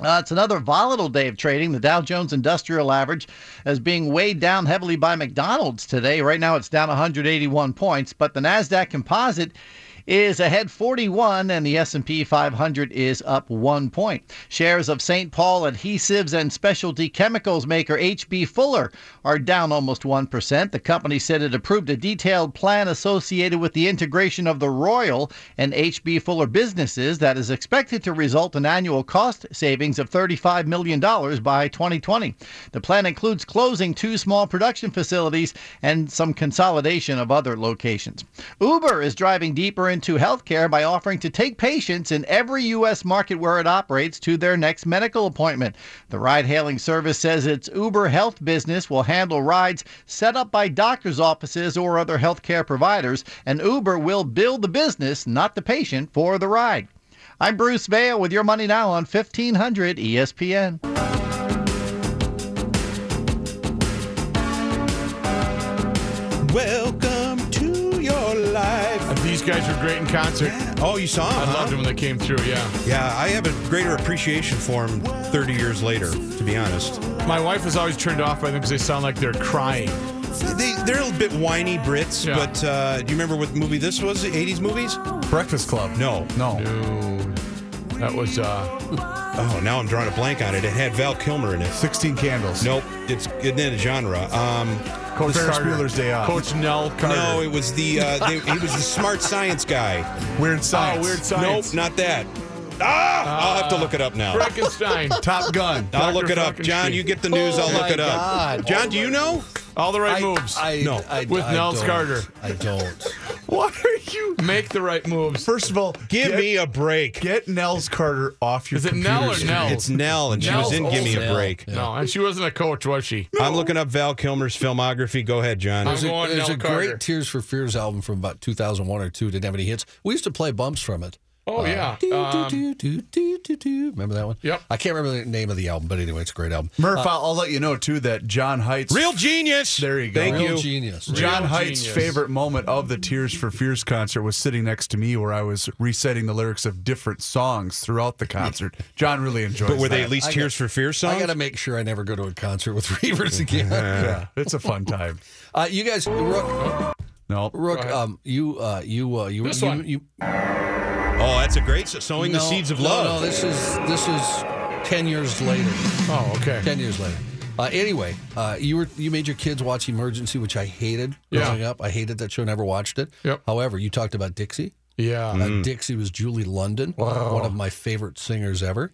Speaker 7: Uh, it's another volatile day of trading. The Dow Jones Industrial Average is being weighed down heavily by McDonald's today. Right now, it's down 181 points, but the Nasdaq Composite is ahead 41 and the S&P 500 is up 1 point. Shares of St. Paul adhesives and specialty chemicals maker HB Fuller are down almost 1%. The company said it approved a detailed plan associated with the integration of the Royal and HB Fuller businesses that is expected to result in annual cost savings of $35 million by 2020. The plan includes closing two small production facilities and some consolidation of other locations. Uber is driving deeper into healthcare by offering to take patients in every U.S. market where it operates to their next medical appointment. The ride hailing service says its Uber Health business will handle rides set up by doctor's offices or other healthcare providers, and Uber will bill the business, not the patient, for the ride. I'm Bruce Vail with your money now on E 1500 ESPN.
Speaker 2: Welcome to your life.
Speaker 3: Uh, These guys were great in concert.
Speaker 2: Oh, you saw him?
Speaker 3: I
Speaker 2: huh?
Speaker 3: loved them when they came through. Yeah.
Speaker 2: Yeah, I have a greater appreciation for him 30 years later, to be honest.
Speaker 3: My wife was always turned off by them because they sound like they're crying.
Speaker 2: They, they're a little bit whiny Brits,
Speaker 3: Yeah.
Speaker 2: but uh, do you remember what movie this was? 80s movies?
Speaker 4: Breakfast Club.
Speaker 2: No.
Speaker 4: No.
Speaker 3: Dude, that was uh,
Speaker 2: Oh, now I'm drawing a blank on it. It had Val Kilmer in it.
Speaker 4: 16 Candles.
Speaker 2: Nope, it's in a genre. Um,
Speaker 4: Coach Ferris
Speaker 3: Carter.
Speaker 4: Bueller's Day Off.
Speaker 3: Coach Nell Carter.
Speaker 2: no, it was the uh, they, he was the smart science guy.
Speaker 4: Weird Science.
Speaker 3: Oh, Weird Science.
Speaker 2: Nope, not that. Ah, I'll have to look it up now.
Speaker 3: Frankenstein.
Speaker 4: Top Gun.
Speaker 2: I'll
Speaker 3: Dr.
Speaker 2: look it up. John,
Speaker 3: Frankenstein.
Speaker 2: you get the news.
Speaker 4: Oh
Speaker 2: I'll
Speaker 4: my
Speaker 2: look it up.
Speaker 4: God.
Speaker 2: John, do you know?
Speaker 3: All the right moves.
Speaker 2: No.
Speaker 3: With Nels
Speaker 9: don't.
Speaker 3: Carter.
Speaker 9: I don't.
Speaker 4: What are you?
Speaker 3: Make the right moves.
Speaker 4: First of all,
Speaker 2: Give
Speaker 4: get,
Speaker 2: me a break.
Speaker 4: Get Nels Carter off your
Speaker 3: Is it
Speaker 4: computer
Speaker 3: Nell or
Speaker 4: screen.
Speaker 3: Nell?
Speaker 2: it's Nell, and she was
Speaker 3: Nell's
Speaker 2: in Give Me
Speaker 9: old
Speaker 2: a
Speaker 9: Nell.
Speaker 2: Break.
Speaker 3: No, and she wasn't a coach, was she?
Speaker 2: I'm looking up Val Kilmer's filmography. Go ahead, John.
Speaker 3: I'm going
Speaker 9: There's
Speaker 3: Nell
Speaker 9: a
Speaker 3: Carter.
Speaker 9: great Tears for Fears album from about 2001 or two. Didn't have any hits. We used to play bumps from it.
Speaker 2: Uh,
Speaker 3: Oh, yeah.
Speaker 9: Do,
Speaker 3: Um,
Speaker 9: do, do, do, do, do. Remember that one?
Speaker 3: Yep.
Speaker 9: I can't remember the name of the album, but anyway, it's a great album.
Speaker 4: Murph, I'll, I'll let you know too that John Heights
Speaker 2: Real genius.
Speaker 4: There you go.
Speaker 2: Thank
Speaker 9: Real
Speaker 2: you.
Speaker 9: genius.
Speaker 4: John
Speaker 3: Real
Speaker 4: Height's
Speaker 3: genius.
Speaker 4: favorite moment of the Tears for Fears concert was sitting next to me where I was reciting the lyrics of different songs throughout the concert. John really enjoys
Speaker 2: But were they
Speaker 4: that.
Speaker 2: at least
Speaker 9: I
Speaker 2: Tears
Speaker 9: got-
Speaker 2: for Fear songs?
Speaker 9: I got to make sure I never go to a concert with Reavers again.
Speaker 4: yeah, it's a fun time.
Speaker 9: uh, you guys, Rook,
Speaker 4: No.
Speaker 9: Rook um, you, uh, you, uh, you,
Speaker 3: This
Speaker 9: you,
Speaker 3: one.
Speaker 9: you,
Speaker 2: oh, that's a great s- sowing the
Speaker 9: No,
Speaker 2: seeds of
Speaker 9: no,
Speaker 2: love.
Speaker 9: No, this is this is ten years later.
Speaker 3: Oh, okay.
Speaker 9: Ten years later. Uh, anyway, uh, you were you made your kids watch Emergency, which I hated
Speaker 3: Yeah.
Speaker 9: growing up. I hated that show. Never watched it.
Speaker 3: Yep. Hmm.
Speaker 9: However, you talked about Dixie.
Speaker 3: Yeah.
Speaker 9: Uh,
Speaker 2: Mm.
Speaker 9: Dixie was Julie London, one of my favorite singers ever,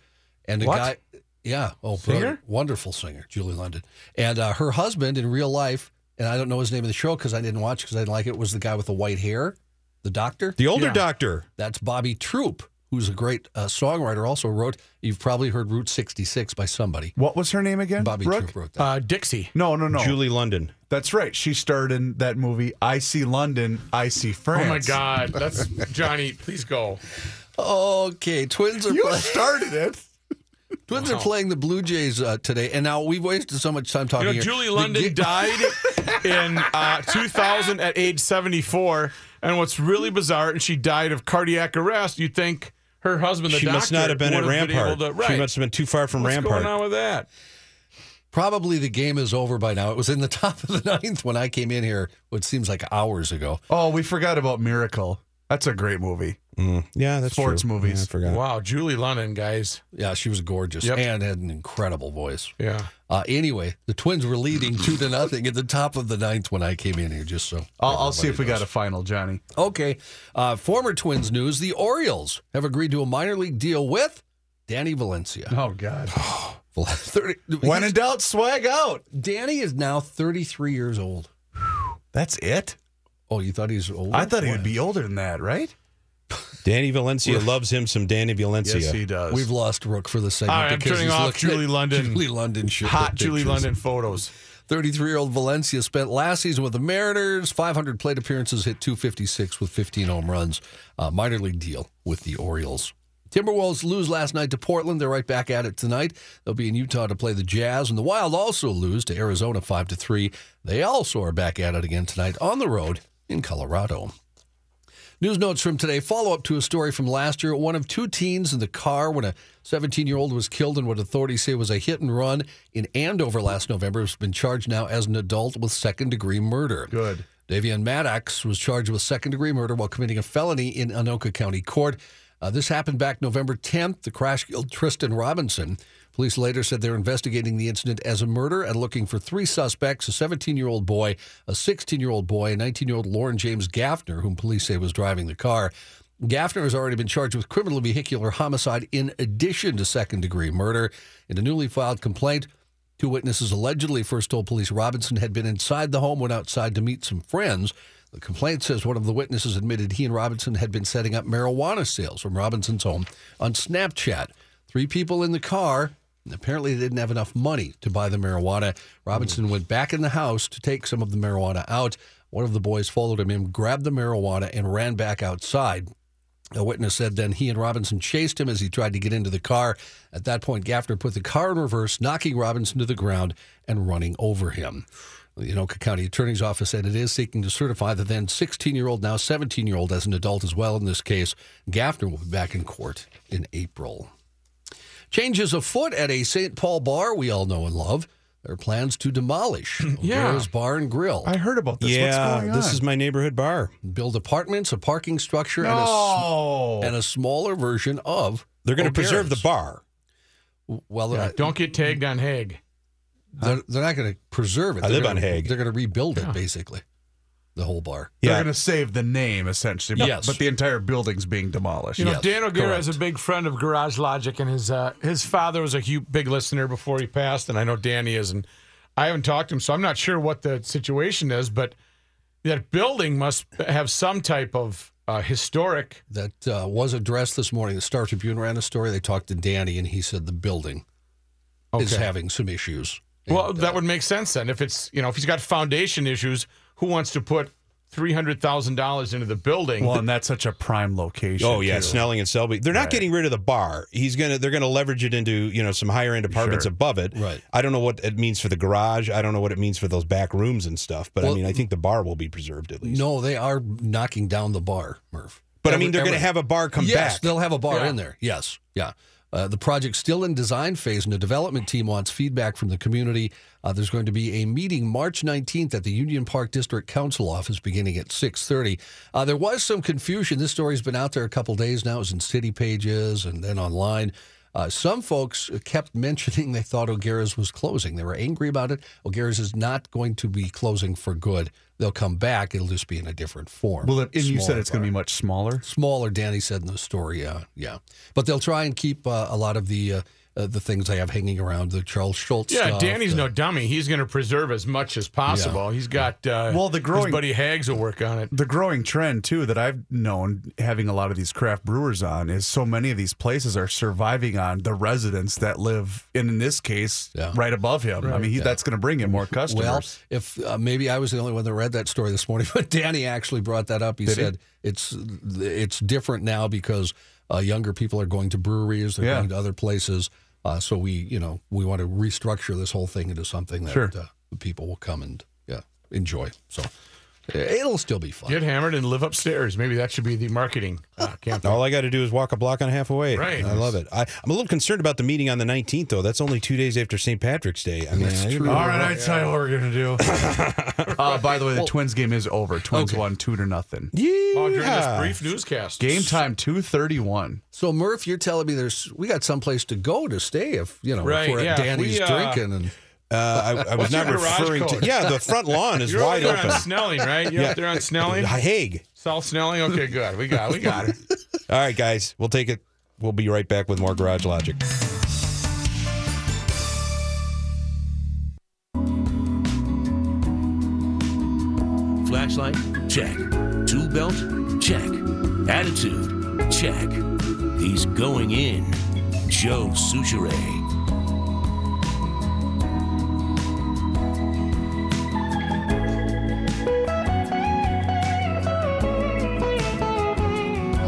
Speaker 9: and a
Speaker 3: What?
Speaker 9: guy. Yeah, oh,
Speaker 3: Singer?
Speaker 9: brother, wonderful singer, Julie London, and uh, her husband in real life, and I don't know his name of the show because I didn't watch because I didn't like it. Was the guy with the white hair, the doctor?
Speaker 2: The older doctor.
Speaker 9: That's Bobby Troop, who's a great uh, songwriter. Also wrote, you've probably heard Route 66 by somebody.
Speaker 4: What was her name again?
Speaker 9: Bobby
Speaker 4: Rook?
Speaker 9: Troop wrote that.
Speaker 3: Uh, Dixie.
Speaker 4: No, no, no.
Speaker 2: Julie London.
Speaker 4: That's right. She starred in that movie I See London, I See
Speaker 3: Oh,
Speaker 4: France.
Speaker 3: my God. That's Johnny. Please go.
Speaker 9: okay, Twins are
Speaker 4: You
Speaker 9: play-
Speaker 4: started it.
Speaker 9: Twins
Speaker 3: Wow.
Speaker 9: are playing the Blue Jays uh, today, and now we've wasted so much time
Speaker 3: You
Speaker 9: talking.
Speaker 3: know,
Speaker 9: here.
Speaker 3: Julie
Speaker 9: The
Speaker 3: London
Speaker 9: ga-
Speaker 3: died in uh, 2000 at age 74. And what's really bizarre, and she died of cardiac arrest. You'd think her husband, the
Speaker 2: She
Speaker 3: doctor,
Speaker 2: must not have been at
Speaker 3: would have been
Speaker 2: Rampart.
Speaker 3: able to- right.
Speaker 2: She must have been too far from
Speaker 3: What's
Speaker 2: Rampart.
Speaker 3: going on with that?
Speaker 9: Probably the game is over by now. It was in the top of the ninth when I came in here, which seems like hours ago.
Speaker 4: Oh, we forgot about Miracle. That's a great movie.
Speaker 2: Yeah, that's
Speaker 4: Sports
Speaker 2: true.
Speaker 4: movies.
Speaker 2: Yeah, I forgot.
Speaker 3: Wow, Julie London, guys.
Speaker 9: Yeah, she was gorgeous
Speaker 3: Yep.
Speaker 9: and had an incredible voice.
Speaker 3: Yeah.
Speaker 9: Uh, anyway, the Twins were leading two to nothing at the top of the ninth when I came in here. Just so
Speaker 4: I'll, I'll see if we
Speaker 9: everybody
Speaker 4: got a final, Johnny.
Speaker 9: Okay. Uh, former Twins news the Orioles have agreed to a minor league deal with Danny Valencia.
Speaker 4: Oh, God. When in doubt, swag out.
Speaker 2: Danny is now 33 years old.
Speaker 4: That's it?
Speaker 2: Oh, you thought he was older?
Speaker 4: I thought he would be older than that, right?
Speaker 10: Danny Valencia loves him some Danny Valencia.
Speaker 4: Yes, he does.
Speaker 2: We've lost Rook for the segment.
Speaker 3: All right, I'm
Speaker 2: because
Speaker 3: turning
Speaker 2: he's
Speaker 3: off
Speaker 2: looking at
Speaker 3: Julie London.
Speaker 2: Julie London shit
Speaker 3: Hot Julie
Speaker 2: pictures.
Speaker 3: London photos.
Speaker 2: 33 year old Valencia spent last season with the Mariners, 500 plate appearances, hit 256 with 15 home runs. Uh, minor league deal with the Orioles. Timberwolves lose last night to Portland. They're right back at it tonight. They'll be in Utah to play the Jazz, and the Wild also lose to Arizona 5 to 3. They also are back at it again tonight on the road in Colorado. News notes from today follow up to a story from last year. One of two teens in the car when a 17 year old was killed in what authorities say was a hit and run in Andover last November has been charged now as an adult with second degree murder.
Speaker 4: Good.
Speaker 2: Davian Maddox was charged with second degree murder while committing a felony in Anoka County Court. Uh, this happened back November 10th. The crash killed Tristan Robinson. Police later said they're investigating the incident as a murder and looking for three suspects a 17 year old boy, a 16 year old boy, and 19 year old Lauren James Gaffner, whom police say was driving the car. Gaffner has already been charged with criminal vehicular homicide in addition to second degree murder. In a newly filed complaint, Two witnesses allegedly first told police Robinson had been inside the home, went outside to meet some friends. The complaint says one of the witnesses admitted he and Robinson had been setting up marijuana sales from Robinson's home on Snapchat. Three people in the car, and apparently they didn't have enough money to buy the marijuana. Robinson went back in the house to take some of the marijuana out. One of the boys followed him in, grabbed the marijuana, and ran back outside. A witness said then he and Robinson chased him as he tried to get into the car. At that point, Gaffner put the car in reverse, knocking Robinson to the ground and running over him. The Anoka County Attorney's Office said it is seeking to certify the then 16 year old, now 17 year old, as an adult as well in this case. Gaffner will be back in court in April. Changes afoot at a St. Paul bar we all know and love. There are plans to demolish
Speaker 3: Yeah.
Speaker 2: O'Gara's Bar and Grill.
Speaker 3: I heard about this. What's going on?
Speaker 10: this is my neighborhood bar.
Speaker 2: build apartments, a parking structure, and, a, sm-
Speaker 4: Oh.
Speaker 3: no.
Speaker 2: and a smaller version of.
Speaker 10: They're
Speaker 9: Oh,
Speaker 10: going to preserve the
Speaker 2: O'Gara's.
Speaker 10: bar.
Speaker 2: Well,
Speaker 3: Yeah,
Speaker 2: uh,
Speaker 3: don't get tagged on Hague.
Speaker 2: they're, they're not going to preserve it.
Speaker 10: I
Speaker 2: They're
Speaker 10: live
Speaker 2: gonna-
Speaker 10: on Hague.
Speaker 2: They're going to rebuild it, basically, the whole bar.
Speaker 4: They're
Speaker 10: Yeah.
Speaker 4: going to save the name, essentially. But,
Speaker 2: Yes.
Speaker 4: But the entire building's being demolished.
Speaker 3: You know,
Speaker 2: Yes,
Speaker 3: Dan O'Gara is a big friend of Garage Logic, and his uh, his father was a huge, big listener before he passed, and I know Danny is, and I haven't talked to him, so I'm not sure what the situation is, but that building must have some type of uh, historic.
Speaker 2: That uh, was addressed this morning. The Star Tribune ran a story. They talked to Danny, and he said the building is
Speaker 3: Okay.
Speaker 2: having some issues.
Speaker 3: Well,
Speaker 2: And, uh,
Speaker 3: that would make sense then. If it's you know if he's got foundation issues, who wants to put three hundred thousand dollars into the building?
Speaker 4: Well, and that's such a prime location.
Speaker 10: Oh yeah,
Speaker 4: too.
Speaker 10: Snelling and Selby. They're not getting rid of the bar. He's gonna they're gonna leverage it into you know some higher end apartments
Speaker 4: Sure.
Speaker 10: above it.
Speaker 2: Right.
Speaker 10: I don't know what it means for the garage. I don't know what it means for those back rooms and stuff. But I
Speaker 2: Well-
Speaker 10: mean, I think the bar will be preserved at least.
Speaker 2: no, they are knocking down the bar, Murph.
Speaker 10: but I
Speaker 2: Every-
Speaker 10: mean, they're
Speaker 2: every-
Speaker 10: gonna have a bar come
Speaker 2: yes,
Speaker 10: back.
Speaker 2: they'll have a bar
Speaker 3: Yeah.
Speaker 2: in there. Yes, yeah. Uh, the project's still in design phase, and the development team wants feedback from the community. Uh, there's going to be a meeting March 19th at the Union Park District Council office, beginning at 6:30. Uh, there was some confusion. This story's been out there a couple days now. It was in city pages and then online. Uh, some folks kept mentioning they thought O'Gara's was closing. They were angry about it. O'Gara's is not going to be closing for good. They'll come back. It'll just be in a different form.
Speaker 4: Well, and you said
Speaker 2: Smaller
Speaker 4: it's going
Speaker 2: bar
Speaker 4: to be much smaller.
Speaker 2: smaller. Danny said in the story, yeah, yeah. But they'll try and keep uh, a lot of the uh, uh, the things they have hanging around. The Charles Schultz.
Speaker 3: yeah,
Speaker 2: stuff,
Speaker 3: Danny's
Speaker 2: the-
Speaker 3: no dummy. He's going to preserve as much as possible. He's got uh,
Speaker 4: Well, the
Speaker 3: his
Speaker 4: growing-
Speaker 3: buddy Hags will work on it.
Speaker 4: The growing trend too that I've known having a lot of these craft brewers on is so many of these places are surviving on the residents that live and in this case
Speaker 2: Yeah.
Speaker 4: right above him. I mean, he, that's going to bring in more customers.
Speaker 2: Well, if uh, maybe I was the only one that read that story this morning, but Danny actually brought that up. He
Speaker 4: Did he?
Speaker 2: said it's it's different now because uh, younger people are going to breweries, they're
Speaker 4: Yeah.
Speaker 2: going to other places. Uh, so we, you know, we want to restructure this whole thing into something that
Speaker 4: Sure.
Speaker 2: uh, the people will come and yeah enjoy. So it'll still be fun.
Speaker 3: Get hammered and live upstairs. Maybe that should be the marketing uh, campaign.
Speaker 10: All I got to do is walk a block and a half away.
Speaker 3: Right.
Speaker 10: I love it. I, I'm a little concerned about the meeting on the 19th, though. That's only two days after St. Patrick's Day. I mean,
Speaker 2: That's
Speaker 10: I-
Speaker 2: true.
Speaker 4: All right, I tell you what we're going to do. uh, by the way, the Twins game is over. Twins won two to nothing.
Speaker 3: Oh, during this
Speaker 10: Yeah.
Speaker 3: brief newscast.
Speaker 4: Game time two thirty one.
Speaker 2: So Murph, you're telling me there's we got someplace to go to stay if you know
Speaker 3: Right,
Speaker 2: if we're
Speaker 3: yeah,
Speaker 2: at
Speaker 3: if
Speaker 2: Danny's
Speaker 3: we, uh,
Speaker 2: drinking and
Speaker 10: Uh, I, I was
Speaker 3: What's your
Speaker 10: not
Speaker 3: garage
Speaker 10: referring
Speaker 3: code?
Speaker 10: to. Yeah, the front lawn is
Speaker 3: You're
Speaker 10: wide
Speaker 3: over there
Speaker 10: open.
Speaker 3: on Snelling, right? You're up there on Snelling,
Speaker 10: Hague.
Speaker 3: South Snelling. Okay, good. We got, we got it.
Speaker 10: All right, guys, we'll take it. We'll be right back with more Garage Logic.
Speaker 9: Eyesight? Check. Tool belt? Check. Attitude? Check. He's going in. Joe Souchere.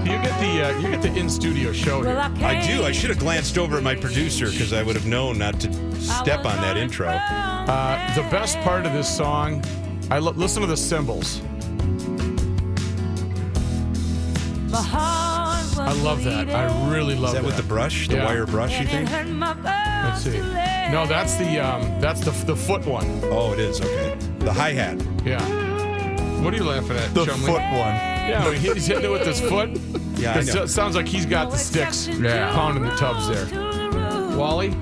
Speaker 3: You get the uh, you get the in studio show.
Speaker 10: Well,
Speaker 3: here.
Speaker 10: I do. I should have glanced over at my producer because I would have known not to step on that intro.
Speaker 3: Uh, the best part of this song, I lo- listen to the cymbals. I love that. I really love
Speaker 10: Is that with the brush, the wire brush, you think?
Speaker 3: Let's see. No, that's the um, that's the the foot one.
Speaker 10: Oh, it is okay. The hi hat.
Speaker 3: Yeah. What are you laughing at?
Speaker 10: The
Speaker 3: Chumley?
Speaker 10: foot one.
Speaker 3: Yeah, when he's hitting it with his foot.
Speaker 10: Yeah, I
Speaker 3: it
Speaker 10: know.
Speaker 3: so- sounds like he's got the sticks pounding the tubs there. Wally,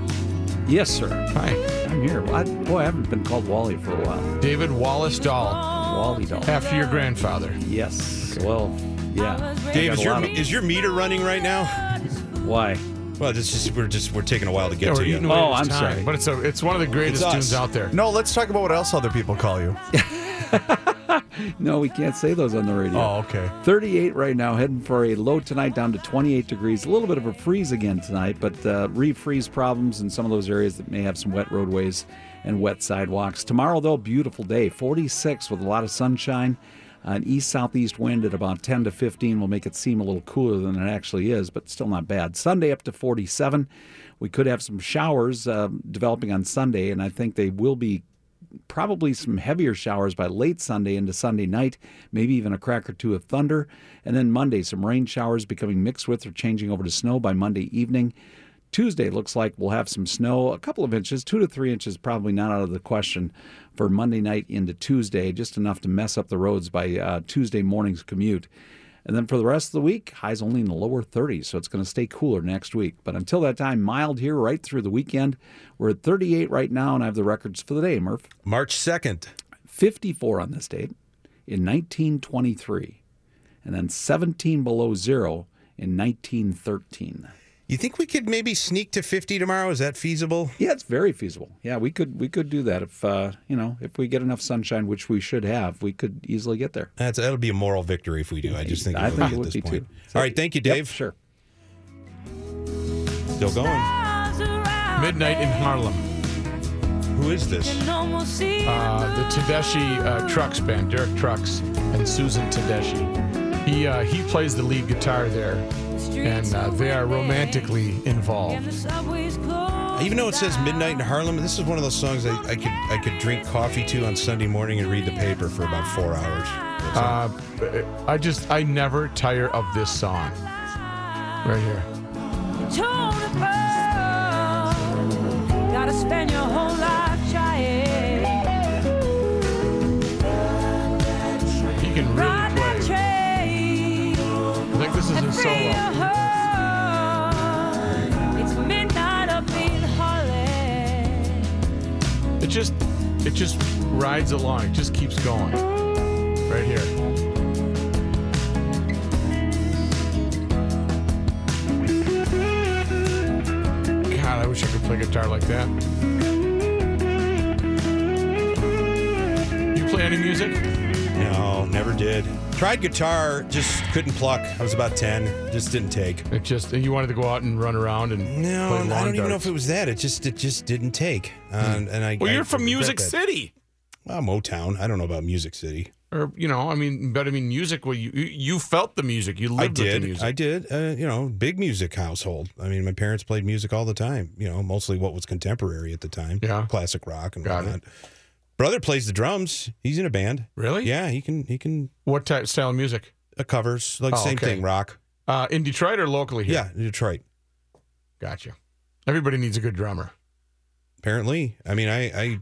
Speaker 7: Yes, sir.
Speaker 3: Hi.
Speaker 7: I'm here. I, boy, I haven't been called Wally for a while.
Speaker 3: David Wallace Dahl.
Speaker 7: Wally Dahl.
Speaker 3: After your grandfather.
Speaker 7: Yes. Well, yeah.
Speaker 10: Dave,
Speaker 7: I got
Speaker 10: is
Speaker 7: a
Speaker 10: your
Speaker 7: lot of-
Speaker 10: is your meter running right now?
Speaker 7: Why?
Speaker 10: Well, this is we're just we're taking a while to get
Speaker 3: Yeah, we're
Speaker 10: to you.
Speaker 3: eating
Speaker 7: Oh,
Speaker 3: away at his time, but it's a it's one of the greatest
Speaker 10: us.
Speaker 3: tunes out there.
Speaker 4: No, let's talk about what else other people call you.
Speaker 7: No, we can't say those on the radio.
Speaker 4: Oh, okay.
Speaker 7: 38 right now, heading for a low tonight down to 28 degrees. A little bit of a freeze again tonight, but uh, refreeze problems in some of those areas that may have some wet roadways and wet sidewalks. Tomorrow, though, beautiful day, 46 with a lot of sunshine. An east southeast wind at about 10 to 15 will make it seem a little cooler than it actually is, but still not bad. Sunday up to 47. We could have some showers uh, developing on Sunday, and I think they will be probably some heavier showers by late Sunday into Sunday night, maybe even a crack or two of thunder. And then Monday, some rain showers becoming mixed with or changing over to snow by Monday evening. Tuesday looks like we'll have some snow, a couple of inches, two to three inches, probably not out of the question for Monday night into Tuesday, just enough to mess up the roads by uh, Tuesday morning's commute. And then for the rest of the week, highs only in the lower 30s, so it's going to stay cooler next week. But until that time, mild here right through the weekend. We're at 38 right now, and I have the records for the day, Murph.
Speaker 10: March 2nd.
Speaker 7: 54 on this date in 1923, and then 17 below zero in 1913.
Speaker 10: You think we could maybe sneak to 50 tomorrow? Is that feasible?
Speaker 7: Yeah, it's very feasible. Yeah, we could we could do that if uh, you know if we get enough sunshine, which we should have, we could easily get there.
Speaker 10: That's that'll be a moral victory if we do. I just think it
Speaker 7: I
Speaker 10: will
Speaker 7: think
Speaker 10: be at
Speaker 7: it would
Speaker 10: this
Speaker 7: be,
Speaker 10: point.
Speaker 7: too.
Speaker 10: All right, thank you,
Speaker 7: Yep,
Speaker 10: Dave.
Speaker 7: sure.
Speaker 10: Still going.
Speaker 3: Midnight in Harlem.
Speaker 10: Who is this?
Speaker 3: Uh, the Tedeschi uh, Trucks band, Derek Trucks and Susan Tedeschi. He uh, he plays the lead guitar there, and uh, they are romantically involved.
Speaker 10: Even though it says midnight in Harlem, this is one of those songs I, I could I could drink coffee to on Sunday morning and read the paper for about four hours.
Speaker 3: Uh, I just I never tire of this song. Right here.
Speaker 11: Gotta spend your whole life trying.
Speaker 3: He can
Speaker 11: Ride
Speaker 3: really
Speaker 11: that
Speaker 3: play.
Speaker 11: train
Speaker 3: I think this is
Speaker 11: and
Speaker 3: his
Speaker 11: free your
Speaker 3: solo.
Speaker 11: heart. It's midnight up in Harlem.
Speaker 3: It just it just rides along. It just keeps going. Right here. God, I wish I could play guitar like that. You play any music?
Speaker 10: No, never did. Tried guitar, just couldn't pluck. I was about ten, just didn't take.
Speaker 3: It just you wanted to go out and run around and
Speaker 10: No,
Speaker 3: play
Speaker 10: I
Speaker 3: lawn
Speaker 10: don't even know if
Speaker 3: darts.
Speaker 10: it was that. It just it just didn't take. Uh, and, and I
Speaker 3: Well,
Speaker 10: I
Speaker 3: you're from
Speaker 10: regret
Speaker 3: Music
Speaker 10: that.
Speaker 3: City.
Speaker 10: Well, Motown. I don't know about Music City.
Speaker 3: Or you know, I mean, but I mean, music. Well, you you- you felt the music. You lived
Speaker 10: I
Speaker 3: with the
Speaker 10: did.
Speaker 3: music.
Speaker 10: I did. Uh, you know, big music household. I mean, my parents played music all the time. You know, mostly what was contemporary at the time.
Speaker 3: Yeah.
Speaker 10: classic rock and
Speaker 3: Got it.
Speaker 10: whatnot. Brother plays the drums. He's in a band.
Speaker 3: Really?
Speaker 10: Yeah, he can. He can
Speaker 3: What type style of music?
Speaker 10: uh, covers like
Speaker 3: Oh,
Speaker 10: same
Speaker 3: okay.
Speaker 10: thing. Rock.
Speaker 3: Uh, in Detroit or locally here?
Speaker 10: Yeah, Detroit.
Speaker 3: Gotcha. Everybody needs a good drummer.
Speaker 10: Apparently, I mean, I, I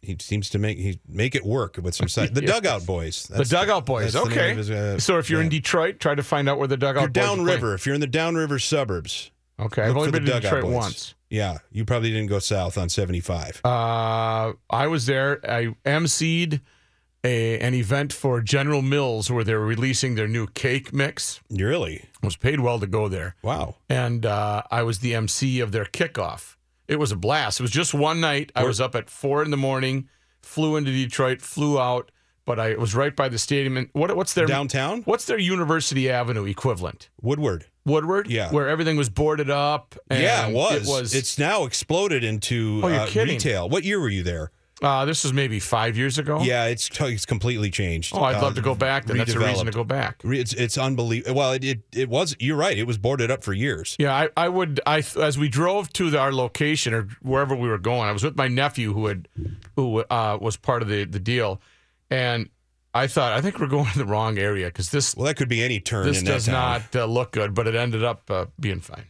Speaker 10: he seems to make he make it work with some side. The
Speaker 3: Yes.
Speaker 10: dugout boys. That's-
Speaker 3: the Dugout Boys.
Speaker 10: that's the name
Speaker 3: okay.
Speaker 10: of his, uh,
Speaker 3: so if you're in
Speaker 10: band.
Speaker 3: Detroit, try to find out where the Dugout
Speaker 10: If you're
Speaker 3: Boys are
Speaker 10: downriver, if you're in the downriver suburbs,
Speaker 3: playing. Okay. I've
Speaker 10: look
Speaker 3: only
Speaker 10: for the
Speaker 3: been to
Speaker 10: Dugout
Speaker 3: Detroit
Speaker 10: Boys.
Speaker 3: once.
Speaker 10: Yeah, you probably didn't go south on 75.
Speaker 3: Uh, I was there. I emceed a, an event for General Mills where they're releasing their new cake mix.
Speaker 10: Really?
Speaker 3: I was paid well to go there.
Speaker 10: Wow.
Speaker 3: and uh, I was the MC of their kickoff. It was a blast. It was just one night. I was up at four in the morning, flew into Detroit, flew out, but I it was right by the stadium. And what what's their
Speaker 10: downtown?
Speaker 3: What's their University Avenue equivalent?
Speaker 10: Woodward.
Speaker 3: Woodward.
Speaker 10: Yeah.
Speaker 3: where everything was boarded up. And
Speaker 10: yeah, it was.
Speaker 3: It was.
Speaker 10: It's now exploded into
Speaker 3: Oh, you're
Speaker 10: uh,
Speaker 3: kidding.
Speaker 10: retail. What year were you there?
Speaker 3: Uh, this was maybe five years ago.
Speaker 10: Yeah, it's t- it's completely changed.
Speaker 3: Oh, I'd
Speaker 10: Uh,
Speaker 3: love to go back. Then that's a reason to
Speaker 10: redeveloped.
Speaker 3: go back.
Speaker 10: Re- It's it's unbelievable. Well, it, it it was. You're right. It was boarded up for years.
Speaker 3: Yeah, I, I would. I as we drove to the, our location or wherever we were going, I was with my nephew who had who uh, was part of the the deal, and I thought I think we're going to the wrong area because this
Speaker 10: well that could be any turn.
Speaker 3: This
Speaker 10: in that
Speaker 3: does
Speaker 10: town.
Speaker 3: not uh, look good, but it ended up uh, being fine.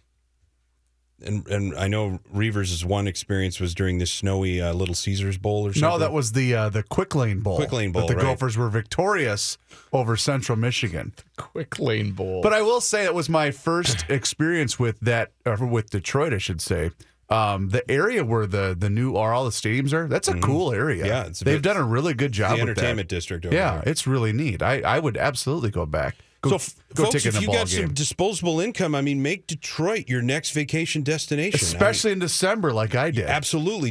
Speaker 10: And and I know Reavers' one experience was during this snowy uh, Little Caesars Bowl or something.
Speaker 4: No, that was the uh, the Quick Lane Bowl.
Speaker 10: Quick Lane Bowl,
Speaker 4: That the
Speaker 10: right.
Speaker 4: Gophers were victorious over Central Michigan.
Speaker 3: Quick Lane Bowl.
Speaker 4: But I will say that was my first experience with that, or with Detroit, I should say. Um, the area where the the new are all the stadiums are. That's a cool area.
Speaker 10: Mm-hmm. Yeah, it's a
Speaker 4: they've
Speaker 10: bit-
Speaker 4: done a really good job.
Speaker 10: the
Speaker 4: with that.
Speaker 10: entertainment district over
Speaker 4: yeah,
Speaker 10: there.
Speaker 4: it's really neat. I, I would absolutely go back. Go,
Speaker 10: so, f-
Speaker 4: go
Speaker 10: folks,
Speaker 4: take in
Speaker 10: if
Speaker 4: a
Speaker 10: you
Speaker 4: ball
Speaker 10: got
Speaker 4: game,
Speaker 10: some disposable income, I mean, make Detroit your next vacation destination.
Speaker 4: especially in December, like I did.
Speaker 10: Absolutely.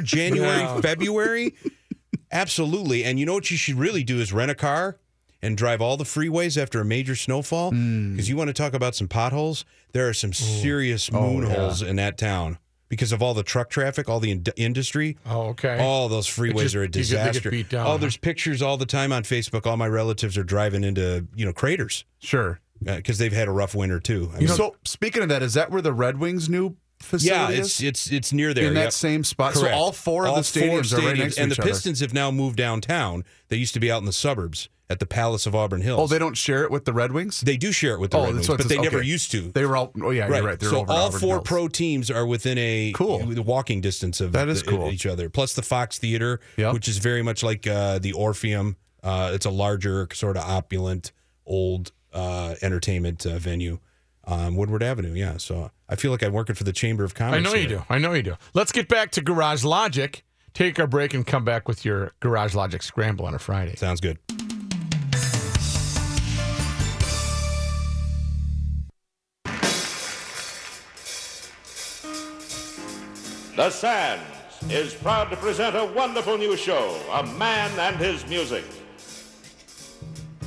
Speaker 10: January,
Speaker 4: Yeah.
Speaker 10: February. Absolutely. And you know what you should really do is rent a car and drive all the freeways after a major snowfall because
Speaker 3: Hmm.
Speaker 10: you want to talk about some potholes. There are some serious moon
Speaker 3: Oh, yeah.
Speaker 10: holes in that town because of all the truck traffic, all the in- industry.
Speaker 3: Oh, okay.
Speaker 10: All those freeways
Speaker 3: just-
Speaker 10: are a
Speaker 3: you get- they get
Speaker 10: disaster.
Speaker 3: beat down,
Speaker 10: oh,
Speaker 3: huh?
Speaker 10: there's pictures all the time on Facebook. All my relatives are driving into, you know, craters.
Speaker 4: Sure.
Speaker 10: Because they've had a rough winter too. I
Speaker 4: You know,
Speaker 10: mean-
Speaker 4: so speaking of that, is that where the Red Wings new facility
Speaker 10: yeah,
Speaker 4: is?
Speaker 10: it's it's it's near there
Speaker 4: In that
Speaker 10: yep.
Speaker 4: same spot. So all four of the stadiums are right next to
Speaker 10: and
Speaker 4: each
Speaker 10: the
Speaker 4: other.
Speaker 10: Pistons have now moved downtown. They used to be out in the suburbs at the Palace of Auburn Hills.
Speaker 4: Oh, they don't share it with the Red Wings.
Speaker 10: They do share it with the
Speaker 4: oh,
Speaker 10: Red Wings,
Speaker 4: that's what
Speaker 10: but
Speaker 4: it
Speaker 10: they
Speaker 4: says.
Speaker 10: never
Speaker 4: Okay.
Speaker 10: used to.
Speaker 4: They were all. Oh yeah, you're right. They're
Speaker 10: so
Speaker 4: over in
Speaker 10: all
Speaker 4: Auburn
Speaker 10: four
Speaker 4: Hills.
Speaker 10: pro teams are within a cool the walking distance of
Speaker 4: That is
Speaker 10: the-
Speaker 4: cool.
Speaker 10: each other. Plus the Fox Theater, which is very much like uh, the Orpheum. Uh, it's a larger, sort of opulent, old uh, entertainment uh, venue on Woodward Avenue. Yeah, so I feel like I'm working for the Chamber of Commerce.
Speaker 3: I know you
Speaker 10: here.
Speaker 3: do. I know you do. Let's get back to Garage Logic. Take our break and come back with your Garage Logic scramble on a Friday.
Speaker 10: Sounds good.
Speaker 9: The Sands is proud to present a wonderful new show, A Man and His Music.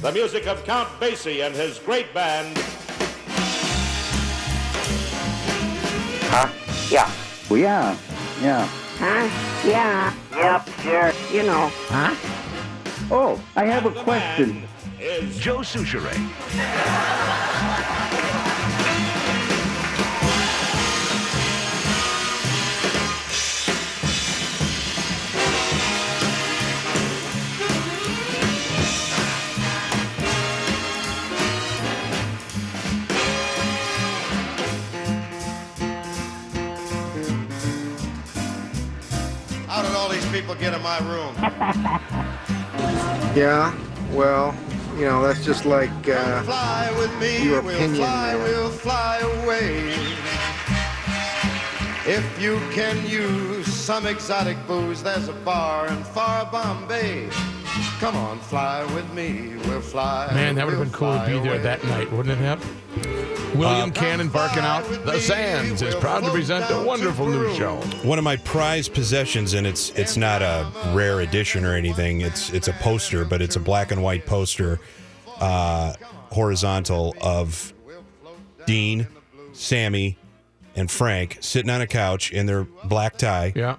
Speaker 9: The music of Count Basie and his great band,
Speaker 12: Huh? Yeah.
Speaker 13: Well, yeah, yeah.
Speaker 12: Huh? Yeah. Yep, sure. You know.
Speaker 13: Huh? Oh, I have a question.
Speaker 9: Joe Souchere.
Speaker 7: How did all these people get in my room?
Speaker 2: Yeah, well, you know, that's just like uh,
Speaker 7: Fly with me,
Speaker 2: Your
Speaker 7: we'll
Speaker 2: opinion,
Speaker 7: fly,
Speaker 2: man.
Speaker 7: we'll fly away. If you can use some exotic booze, there's a bar in far Bombay. Come on, fly with me, we'll fly.
Speaker 3: Man, that would have
Speaker 7: we'll
Speaker 3: been cool to
Speaker 7: fly
Speaker 3: be there
Speaker 7: away.
Speaker 3: that night, wouldn't it have? William Cannon barking out, The Sands is proud to present a wonderful new show.
Speaker 10: One of my prized possessions, and it's it's not a rare edition or anything. It's it's a poster, but it's a black and white poster, uh, horizontal of Dean, Sammy, and Frank sitting on a couch in their black tie.
Speaker 3: Yeah.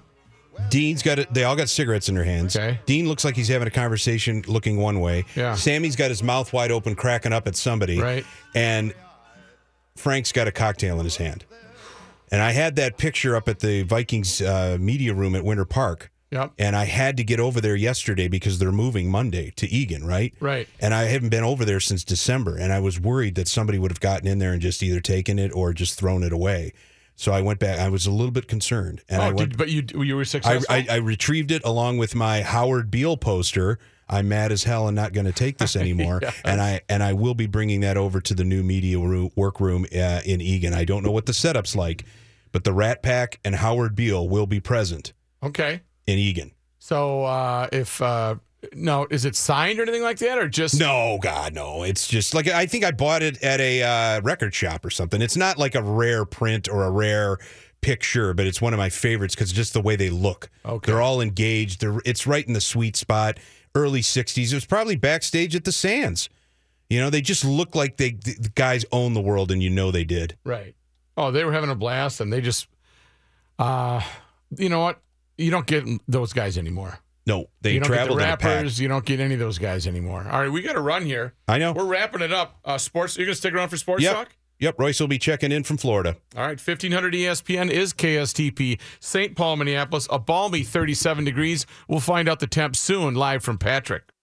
Speaker 10: Dean's got it. They all got cigarettes in their hands. Dean looks like he's having a conversation, looking one way.
Speaker 3: Yeah.
Speaker 10: Sammy's got his mouth wide open, cracking up at somebody. Right. And Frank's got a cocktail in his hand. And I had that picture up at the Vikings uh, media room at Winter Park.
Speaker 3: Yep.
Speaker 10: And I had to get over there yesterday because they're moving Monday to Egan, right?
Speaker 3: Right.
Speaker 10: And I haven't been over there since December. And I was worried that somebody would have gotten in there and just either taken it or just thrown it away. So I went back. I was a little bit concerned. And
Speaker 3: oh,
Speaker 10: I went
Speaker 3: did, but you you were
Speaker 10: I,
Speaker 3: successful.
Speaker 10: I, I retrieved it along with my Howard Beale poster. I'm mad as hell and not going to take this anymore.
Speaker 3: Yeah.
Speaker 10: And I and I will be bringing that over to the new media room, workroom uh, in Egan. I don't know what the setup's like, but the Rat Pack and Howard Beale will be present
Speaker 3: okay.
Speaker 10: in Egan.
Speaker 3: So uh, if, uh, no, is it signed or anything like that, or just?
Speaker 10: No, God, no. It's just like I think I bought it at a uh, record shop or something. It's not like a rare print or a rare picture, but it's one of my favorites because just the way they look. Okay, they're all engaged. They're it's right in the sweet spot early 60s. It was probably backstage at the Sands. You know, they just look like they the the guys own the world, and you know they did.
Speaker 3: Right. Oh, they were having a blast, and they just, uh, you know what? You don't get those guys anymore.
Speaker 10: No, they
Speaker 3: you don't
Speaker 10: traveled in a
Speaker 3: get the
Speaker 10: pack.
Speaker 3: rappers. You don't get any of those guys anymore. All right, we got to run here.
Speaker 10: I know.
Speaker 3: We're wrapping it up. Uh, sports. You gonna stick around for sports
Speaker 10: Yep.
Speaker 3: talk?
Speaker 10: Yep, Royce will be checking in from Florida.
Speaker 3: All right, E 1500 ESPN is KSTP, St. Paul, Minneapolis. A balmy 37 degrees. We'll find out the temp soon, live from Patrick.